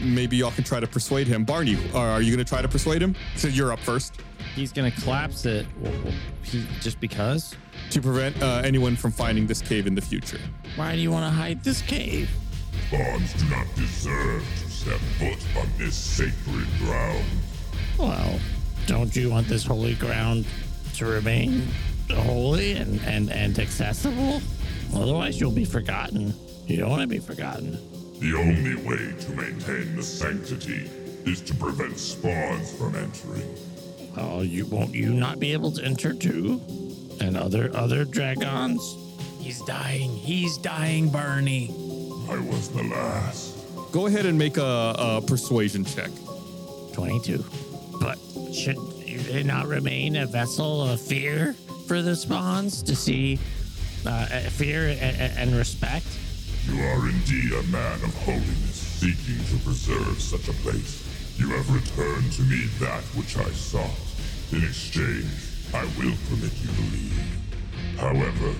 [SPEAKER 4] Maybe y'all can try to persuade him. Barney, uh, are you going to try to persuade him? So you're up first.
[SPEAKER 7] He's gonna collapse it. W- w- He, just because?
[SPEAKER 4] To prevent uh, anyone from finding this cave in the future.
[SPEAKER 10] Why do you want to hide this cave?
[SPEAKER 14] Spawns do not deserve to step foot on this sacred ground.
[SPEAKER 10] Well, don't you want this holy ground to remain holy and, and, and accessible? Otherwise, you'll be forgotten. You don't want to be forgotten.
[SPEAKER 14] The only way to maintain the sanctity is to prevent spawns from entering.
[SPEAKER 10] Oh, you won't you not be able to enter too? And other other dragons?
[SPEAKER 6] He's dying. He's dying, Barney.
[SPEAKER 14] I was the last.
[SPEAKER 4] Go ahead and make a, a persuasion check.
[SPEAKER 10] 22. But should Did it not remain a vessel of fear for the spawns to see uh, uh, fear and, and respect?
[SPEAKER 14] You are indeed a man of holiness, seeking to preserve such a place. You have returned to me that which I sought. In exchange, I will permit you to leave. However,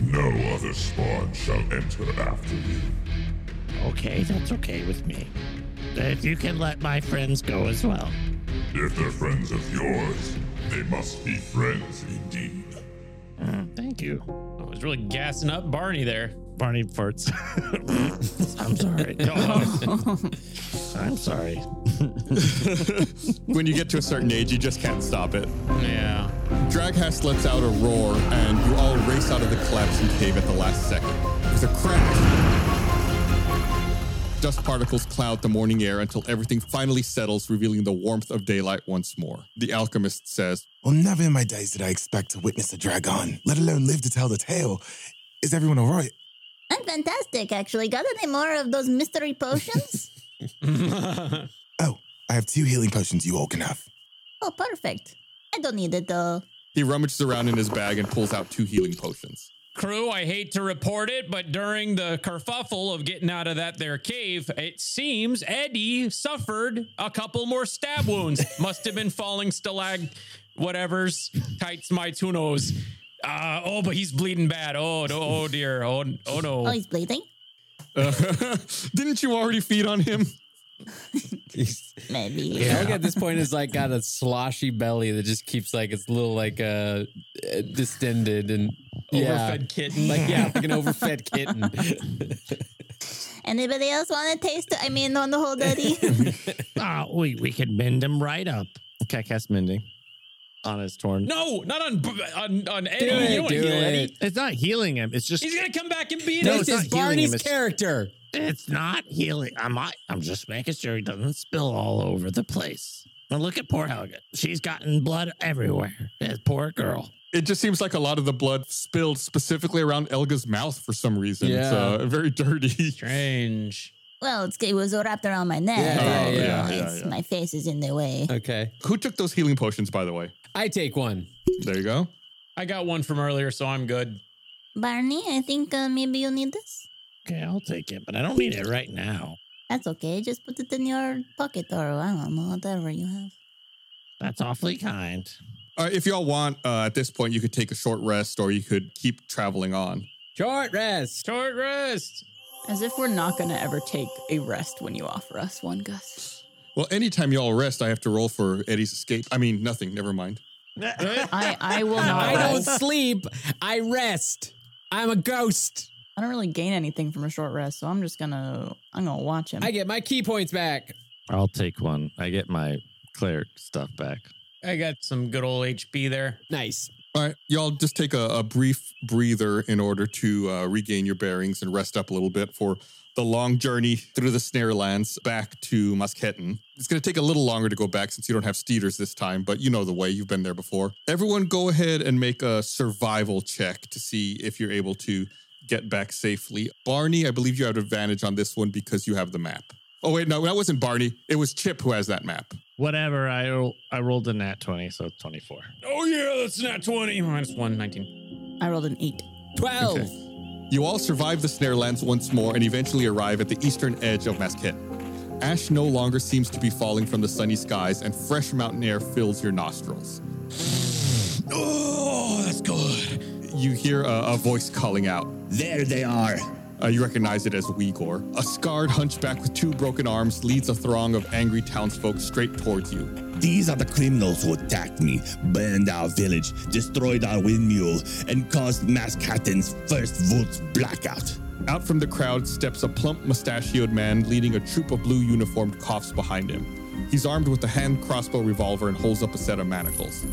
[SPEAKER 14] no other spawn shall enter after you.
[SPEAKER 10] Okay, that's okay with me. If you can let my friends go as well.
[SPEAKER 14] If they're friends of yours, they must be friends indeed.
[SPEAKER 10] thank you.
[SPEAKER 6] Uh, I was really gassing up Barney there.
[SPEAKER 10] Barney farts. I'm sorry. I'm sorry.
[SPEAKER 4] when you get to a certain age, you just can't stop it.
[SPEAKER 6] Yeah.
[SPEAKER 4] Draghast lets out a roar, and you all race out of the collapsing cave at the last second. With a crash, dust particles cloud the morning air until everything finally settles, revealing the warmth of daylight once more. The alchemist says,
[SPEAKER 11] Well, never in my days did I expect to witness a dragon, let alone live to tell the tale. Is everyone all right?
[SPEAKER 8] I'm fantastic, actually. Got any more of those mystery potions?
[SPEAKER 11] oh, I have two healing potions you all can have.
[SPEAKER 8] oh, perfect. I don't need it though.
[SPEAKER 4] He rummages around in his bag and pulls out two healing potions.
[SPEAKER 6] Crew, I hate to report it, but during the kerfuffle of getting out of that there cave, it seems Eddie suffered a couple more stab wounds. Must have been falling stalag, whatever's, tights, mites, who knows. Uh, oh, but he's bleeding bad. Oh, no, oh dear. Oh, oh no.
[SPEAKER 8] Oh, he's bleeding?
[SPEAKER 4] Didn't you already feed on him?
[SPEAKER 8] Maybe.
[SPEAKER 3] Yeah. at this point has like got a sloshy belly that just keeps like it's a little like uh uh, distended and
[SPEAKER 6] Overfed
[SPEAKER 3] yeah.
[SPEAKER 6] kitten.
[SPEAKER 3] Like yeah, like an overfed kitten.
[SPEAKER 8] Anybody else want to taste it? I mean, on the whole daddy.
[SPEAKER 10] Oh, we, we could mend him right up.
[SPEAKER 7] Okay, I cast mending on his torn.
[SPEAKER 6] No, not on on, on Eddie.
[SPEAKER 7] Do
[SPEAKER 6] you
[SPEAKER 7] it,
[SPEAKER 6] don't
[SPEAKER 7] do
[SPEAKER 6] heal
[SPEAKER 7] it.
[SPEAKER 6] Eddie.
[SPEAKER 7] It's not healing him. It's just
[SPEAKER 6] He's gonna come back and beat
[SPEAKER 10] No,
[SPEAKER 6] us.
[SPEAKER 10] it's not healing him, it's-
[SPEAKER 3] character.
[SPEAKER 10] It's not healing. I'm not, I'm just making sure he doesn't spill all over the place. Now look at poor Helga. She's gotten blood everywhere. Yeah, poor girl.
[SPEAKER 4] It just seems like a lot of the blood spilled specifically around Elga's mouth for some reason. It's
[SPEAKER 6] Yeah.
[SPEAKER 4] uh, very dirty.
[SPEAKER 6] Strange.
[SPEAKER 8] well, it's, it was wrapped around my neck.
[SPEAKER 4] Oh, Yeah,
[SPEAKER 8] so,
[SPEAKER 4] yeah,
[SPEAKER 8] you
[SPEAKER 4] yeah,
[SPEAKER 8] know,
[SPEAKER 4] yeah,
[SPEAKER 8] it's-
[SPEAKER 4] yeah.
[SPEAKER 8] My face is in the way.
[SPEAKER 3] Okay.
[SPEAKER 4] Who took those healing potions, by the way?
[SPEAKER 3] I take one.
[SPEAKER 4] There you go.
[SPEAKER 6] I got one from earlier, so I'm good.
[SPEAKER 8] Barney, I think uh, maybe you need this.
[SPEAKER 10] Okay, I'll take it, but I don't need it right now.
[SPEAKER 8] That's okay. Just put it in your pocket or I don't know, whatever you have.
[SPEAKER 10] That's awfully kind.
[SPEAKER 4] Uh, if y'all want, uh, at this point, you could take a short rest or you could keep traveling on.
[SPEAKER 3] Short rest.
[SPEAKER 6] Short rest.
[SPEAKER 15] As if we're not going to ever take a rest when you offer us one, Gus.
[SPEAKER 4] Well, anytime y'all rest, I have to roll for Eddie's escape. I mean, nothing. Never mind.
[SPEAKER 15] I, I will not.
[SPEAKER 3] I don't sleep. I rest. I'm a ghost.
[SPEAKER 15] I don't really gain anything from a short rest, so I'm just gonna I'm gonna watch him.
[SPEAKER 3] I get my key points back.
[SPEAKER 7] I'll take one. I get my cleric stuff back.
[SPEAKER 6] I got some good old HP there.
[SPEAKER 3] Nice.
[SPEAKER 4] All right, y'all just take a, a brief breather in order to uh, regain your bearings and rest up a little bit for the long journey through the snare lands back to Musketon. It's going to take a little longer to go back since you don't have steeders this time, but you know the way. You've been there before. Everyone, go ahead and make a survival check to see if you're able to get back safely. Barney, I believe you have advantage on this one because you have the map. Oh wait, no, that wasn't Barney. It was Chip who has that map.
[SPEAKER 7] Whatever. I ro- I rolled a nat twenty, so twenty four.
[SPEAKER 6] Oh yeah, that's not 20. Minus 1, 19.
[SPEAKER 15] I rolled an eight.
[SPEAKER 3] 12.
[SPEAKER 4] You all survive the snare lands once more and eventually arrive at the eastern edge of Masquet. Ash no longer seems to be falling from the sunny skies, and fresh mountain air fills your nostrils.
[SPEAKER 16] Oh, that's good.
[SPEAKER 4] You hear a, a voice calling out.
[SPEAKER 16] There they are.
[SPEAKER 4] Uh, you recognize it as Uyghur. A scarred hunchback with two broken arms leads a throng of angry townsfolk straight towards you.
[SPEAKER 16] These are the criminals who attacked me, burned our village, destroyed our windmill, and caused Maskatten's first vote's blackout.
[SPEAKER 4] Out from the crowd steps a plump mustachioed man leading a troop of blue uniformed coughs behind him. He's armed with a hand crossbow revolver and holds up a set of manacles.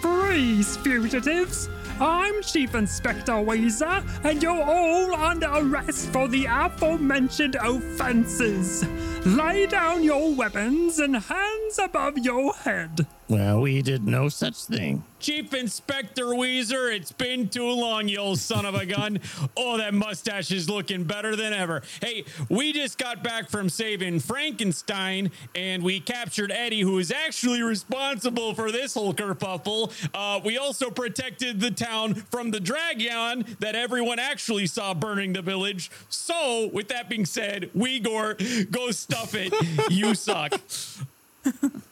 [SPEAKER 17] Freeze, fugitives! I'm Chief Inspector Weezer, and you're all under arrest for the aforementioned offenses. Lay down your weapons and hands above your head.
[SPEAKER 10] Well, we did no such thing.
[SPEAKER 6] Chief Inspector Weezer, it's been too long, you old son of a gun. oh, that mustache is looking better than ever. Hey, we just got back from saving Frankenstein, and we captured Eddie, who is actually responsible for this whole kerfuffle. Uh, we also protected the town from the dragon that everyone actually saw burning the village. So, with that being said, Uyghur, go stuff it. you suck.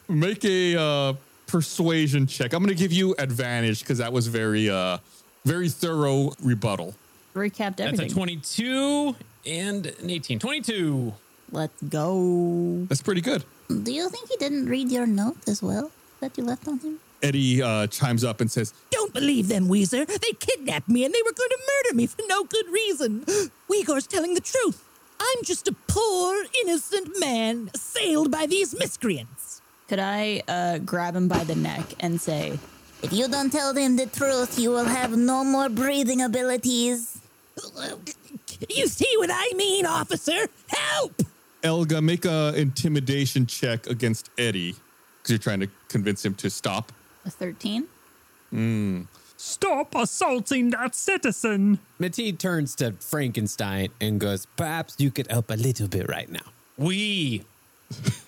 [SPEAKER 4] Make a uh, persuasion check. I'm going to give you advantage because that was very, uh, very thorough rebuttal.
[SPEAKER 5] Recapped
[SPEAKER 6] That's
[SPEAKER 5] everything.
[SPEAKER 6] a 22 and an 18. 22.
[SPEAKER 5] Let's go.
[SPEAKER 4] That's pretty good.
[SPEAKER 8] Do you think he didn't read your note as well that you left on him?
[SPEAKER 4] Eddie uh, chimes up and says,
[SPEAKER 18] Don't believe them, Weezer. They kidnapped me and they were going to murder me for no good reason. Uyghur's telling the truth. I'm just a poor, innocent man, assailed by these miscreants.
[SPEAKER 15] Could I uh, grab him by the neck and say,
[SPEAKER 8] If you don't tell him the truth, you will have no more breathing abilities.
[SPEAKER 18] You see what I mean, officer? Help!
[SPEAKER 4] Elga, make a intimidation check against Eddie because you're trying to convince him to stop.
[SPEAKER 15] a 13?
[SPEAKER 6] Hmm.
[SPEAKER 4] Mm.
[SPEAKER 17] Stop assaulting that citizen.
[SPEAKER 3] Matit turns to Frankenstein and goes, Perhaps you could help a little bit right now.
[SPEAKER 6] We.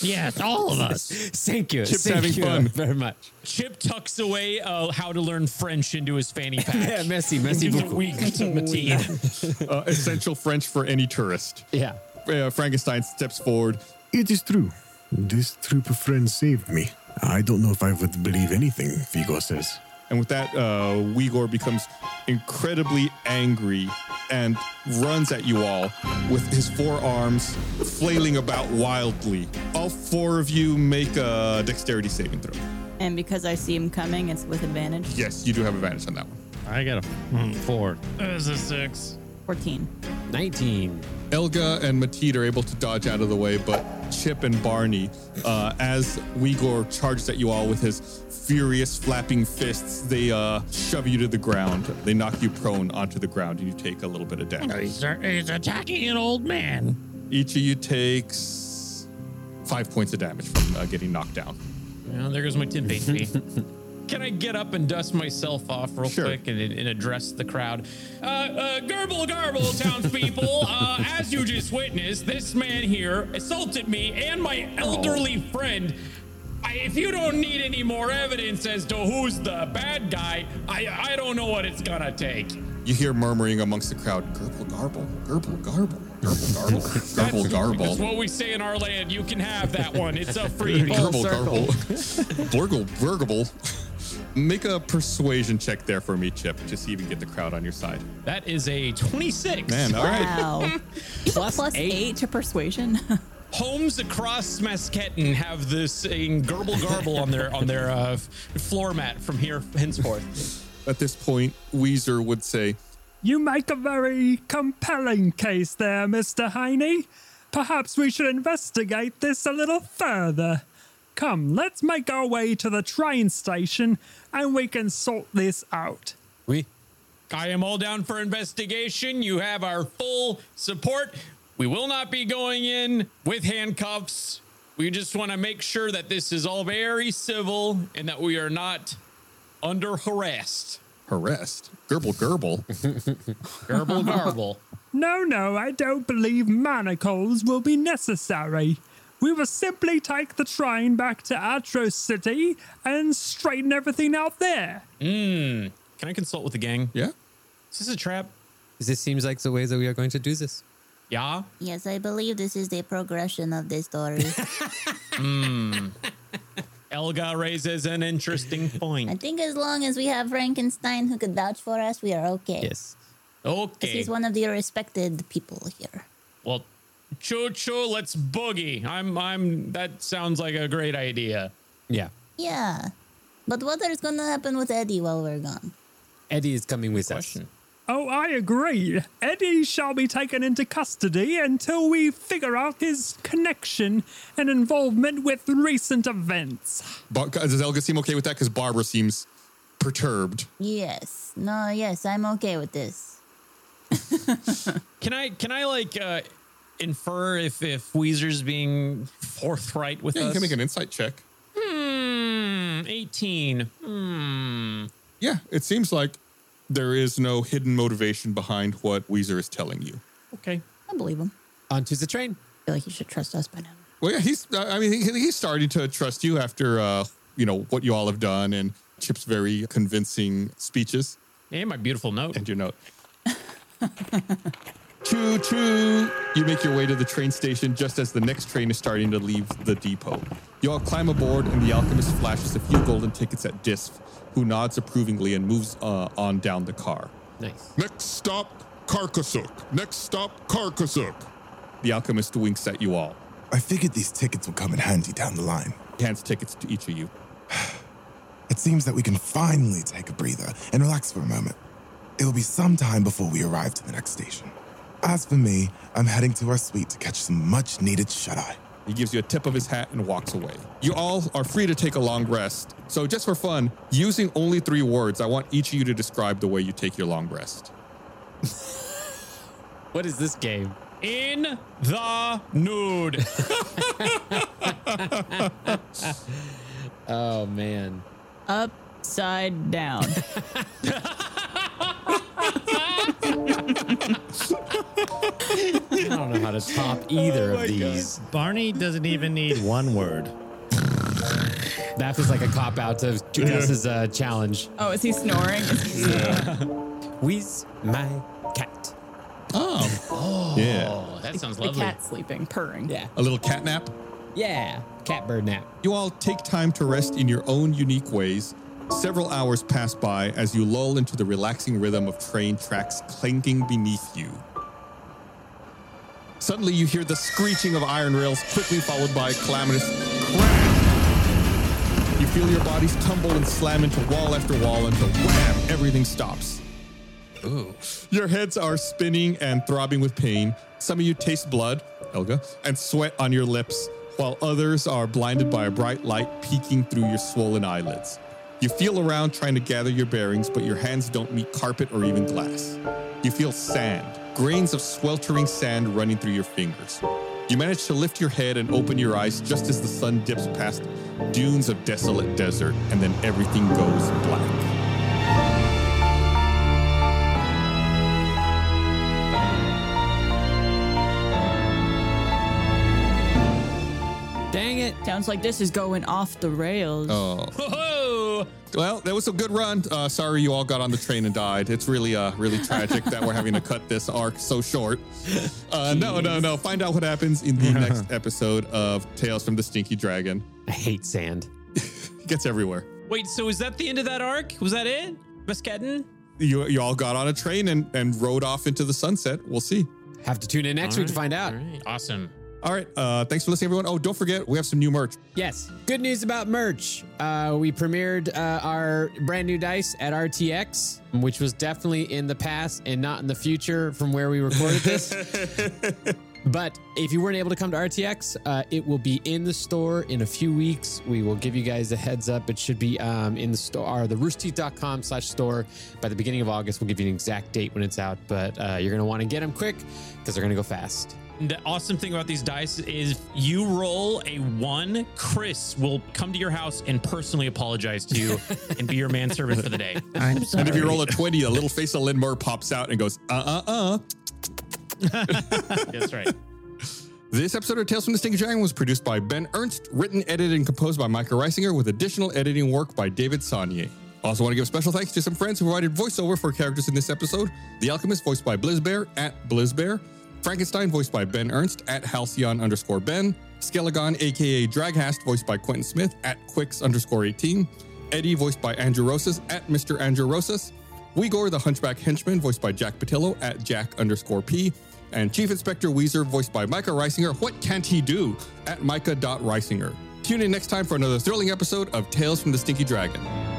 [SPEAKER 10] Yes, all of us.
[SPEAKER 3] Thank you. Thank you very much.
[SPEAKER 6] Chip tucks away uh, how to learn French into his fanny pack.
[SPEAKER 3] Yeah, merci, merci
[SPEAKER 6] Give it a
[SPEAKER 3] beaucoup.
[SPEAKER 6] week to Mateen.
[SPEAKER 4] uh, essential French for any tourist.
[SPEAKER 3] Yeah.
[SPEAKER 4] Uh, Frankenstein steps forward.
[SPEAKER 19] It is true. This troop of friends saved me. I don't know if I would believe anything Vigo says.
[SPEAKER 4] And with that, uh, Uyghur becomes incredibly angry and runs at you all with his forearms flailing about wildly. All four of you make a dexterity saving throw.
[SPEAKER 15] And because I see him coming, it's with advantage.
[SPEAKER 4] Yes, you do have advantage on that one.
[SPEAKER 7] I got a hmm, four.
[SPEAKER 6] There's a six.
[SPEAKER 15] 14.
[SPEAKER 3] 19.
[SPEAKER 4] Elga and Mateed are able to dodge out of the way, but Chip and Barney, uh, as Uyghur charges at you all with his furious flapping fists, they uh, shove you to the ground. They knock you prone onto the ground, and you take a little bit of damage.
[SPEAKER 10] He's, he's attacking an old man.
[SPEAKER 4] Each of you takes five points of damage from uh, getting knocked down.
[SPEAKER 6] Well, there goes my tin baby. Can I get up and dust myself off real quick and, and address the crowd? Uh, uh, gerbil, garble, townspeople. uh, as you just witnessed, this man here assaulted me and my
[SPEAKER 4] Oh.
[SPEAKER 6] elderly friend. I, if you don't need any more evidence as to who's the bad guy, I, I don't know what it's gonna take.
[SPEAKER 4] You hear murmuring amongst the crowd, "Gerble, garble, gerble, garble, gerble, garble, gerble,
[SPEAKER 6] That's
[SPEAKER 4] garble."
[SPEAKER 6] what we say in our land. You can have that one. It's a free
[SPEAKER 4] Gerble, garble, blurgle, blurgle. Make a persuasion check there for me, Chip, to see if you can get the crowd on your side.
[SPEAKER 6] That is a 26.
[SPEAKER 4] Man, all right.
[SPEAKER 15] Wow. Plus, Oh. Plus eight. to persuasion.
[SPEAKER 6] Homes across Masketten have this saying "gerble garble" on their on their uh, f- floor mat from here henceforth.
[SPEAKER 4] At this point, Weezer would say,
[SPEAKER 17] You make a very compelling case there, Mr. Heine. Perhaps we should investigate this a little further. Come, let's make our way to the train station and we can sort this out.
[SPEAKER 3] We?
[SPEAKER 6] I am all down for investigation. You have our full support. We will not be going in with handcuffs. We just want to make sure that this is all very civil and that we are not under harassed.
[SPEAKER 4] "Harassed, gerble, gerble,
[SPEAKER 6] gerble, garble."
[SPEAKER 17] No, no, I don't believe manacles will be necessary. We will simply take the train back to Atro City and straighten everything out there.
[SPEAKER 6] Mm. Can I consult with the gang?
[SPEAKER 4] Yeah.
[SPEAKER 6] Is this a trap?
[SPEAKER 3] This seems like the way that we are going to do this.
[SPEAKER 6] Yeah.
[SPEAKER 8] Yes, I believe this is the progression of the story.
[SPEAKER 6] Hmm. Elga raises an interesting
[SPEAKER 8] I
[SPEAKER 6] point.
[SPEAKER 8] think as long as we have Frankenstein who could vouch for us, we are okay.
[SPEAKER 3] Yes.
[SPEAKER 8] 'Cause
[SPEAKER 6] Okay.
[SPEAKER 8] He's one of the respected people here.
[SPEAKER 6] Well, choo choo, let's boogie. I'm I'm that sounds like a great idea.
[SPEAKER 3] Yeah.
[SPEAKER 8] Yeah. But what is going to happen with Eddie while we're gone?
[SPEAKER 3] Eddie is coming with us.
[SPEAKER 17] Oh, I agree. Eddie shall be taken into custody until we figure out his connection and involvement with recent events.
[SPEAKER 4] Bar- uh, does Elga seem okay with that? Because Barbara seems perturbed.
[SPEAKER 8] Yes. No, yes, I'm okay with this.
[SPEAKER 6] Can I can I like uh infer if if Weezer's being forthright with
[SPEAKER 4] yeah,
[SPEAKER 6] us?
[SPEAKER 4] you can make an insight check.
[SPEAKER 6] Hmm, 18. 18. Hmm.
[SPEAKER 4] Yeah, it seems like there is no hidden motivation behind what Weezer is telling you.
[SPEAKER 6] Okay.
[SPEAKER 5] I believe him.
[SPEAKER 3] Onto the train.
[SPEAKER 5] I feel like you should trust us by now.
[SPEAKER 4] Well, yeah, he's. I I mean, he, he's starting to trust you after uh, you know what you all have done and Chip's very convincing speeches
[SPEAKER 6] and my beautiful note
[SPEAKER 4] and your note. choo choo! You make your way to the train station just as the next train is starting to leave the depot. You all climb aboard, and the alchemist flashes a few golden tickets at Disf, who nods approvingly and moves uh, on down the car.
[SPEAKER 6] Nice.
[SPEAKER 2] Next stop, Karkasuk. Next stop, Karkasuk.
[SPEAKER 4] The alchemist winks at you all.
[SPEAKER 11] I figured these tickets would come in handy down the line.
[SPEAKER 4] He hands tickets to each of you.
[SPEAKER 11] It seems that we can finally take a breather and relax for a moment. It'll be some time before we arrive to the next station. As for me, I'm heading to our suite to catch some much needed shut eye.
[SPEAKER 4] He gives you a tip of his hat and walks away. You all are free to take a long rest. So, just for fun, using only three words, I want each of you to describe the way you take your long rest.
[SPEAKER 3] What is this game?
[SPEAKER 6] In the nude. Ah.
[SPEAKER 3] oh man.
[SPEAKER 15] Upside down.
[SPEAKER 3] I don't know how to
[SPEAKER 5] Oh
[SPEAKER 3] top either of these.
[SPEAKER 7] Barney doesn't even need one word.
[SPEAKER 3] That was like a cop out to Judas's uh, challenge.
[SPEAKER 15] Oh, is he snoring?
[SPEAKER 3] Wheeze my cat.
[SPEAKER 4] Oh.
[SPEAKER 3] Oh.
[SPEAKER 4] Yeah.
[SPEAKER 6] That sounds
[SPEAKER 15] the
[SPEAKER 6] lovely.
[SPEAKER 15] cat sleeping, purring.
[SPEAKER 3] Yeah.
[SPEAKER 4] A little cat nap.
[SPEAKER 3] Yeah. Catbird nap.
[SPEAKER 4] You all take time to rest in your own unique ways. Several hours pass by as you lull into the relaxing rhythm of train tracks clanking beneath you. Suddenly, you hear the screeching of iron rails, quickly followed by a calamitous crash. You feel your bodies tumble and slam into wall after wall until wham, everything stops.
[SPEAKER 6] Ooh.
[SPEAKER 4] Your heads are spinning and throbbing with pain. Some of you taste blood, Elga, and sweat on your lips, while others are blinded by a bright light peeking through your swollen eyelids. You feel around trying to gather your bearings, but your hands don't meet carpet or even glass. You feel sand, grains of sweltering sand running through your fingers. You manage to lift your head and open your eyes just as the sun dips past dunes of desolate desert, and then everything goes black.
[SPEAKER 3] Dang it.
[SPEAKER 15] Sounds like this is going off the rails.
[SPEAKER 4] Oh.
[SPEAKER 6] Whoa!
[SPEAKER 4] Well, that was a good run. Uh, sorry you all got on the train and died. It's really, uh, really tragic that we're having to cut this arc so short. Uh, no, no, no. Find out what happens in the next episode of Tales from the Stinky Dragon.
[SPEAKER 3] I hate sand.
[SPEAKER 4] It gets everywhere.
[SPEAKER 6] Wait, so is that the end of that arc? Was that it? Musketon?
[SPEAKER 4] You, you all got on a train and, and rode off into the sunset. We'll see.
[SPEAKER 3] Have to tune in next week to find out.
[SPEAKER 6] Awesome.
[SPEAKER 4] All right. Uh, thanks for listening, everyone. Oh, don't forget, we have some new merch.
[SPEAKER 3] Yes. Good news about merch. Uh, we premiered uh, our brand new dice at RTX, which was definitely in the past and not in the future from where we recorded this. but if you weren't able to come to RTX, uh, it will be in the store in a few weeks. We will give you guys a heads up. It should be um, in the store, or the roosterteeth.com slash store by the beginning of August. We'll give you an exact date when it's out, but uh, you're going to want to get them quick because they're going to go fast.
[SPEAKER 6] The awesome thing about these dice is if you roll a one, Chris will come to your house and personally apologize to you and be your manservant for the day.
[SPEAKER 10] I'm sorry.
[SPEAKER 4] And if you roll a 20, a little face of Lynn Moore pops out and goes, uh, uh, uh.
[SPEAKER 6] That's right.
[SPEAKER 4] This episode of Tales from the Stinky Dragon was produced by Ben Ernst, written, edited, and composed by Micah Reisinger, with additional editing work by David Saunier. Also, want to give special thanks to some friends who provided voiceover for characters in this episode The Alchemist, voiced by Blizzbear, at Blizzbear, Frankenstein, voiced by Ben Ernst, at Halcyon underscore Ben, Skelegon, aka Draghast, voiced by Quentin Smith, at Quicks underscore 18, Eddie, voiced by Andrew Rosas, at Mr. Andrew Rosas, Uyghur, the Hunchback Henchman, voiced by Jack Patillo at Jack underscore P, and Chief Inspector Weezer, voiced by Micah Reisinger. What can't he do? At Micah.Reisinger. Tune in next time for another thrilling episode of Tales from the Stinky Dragon.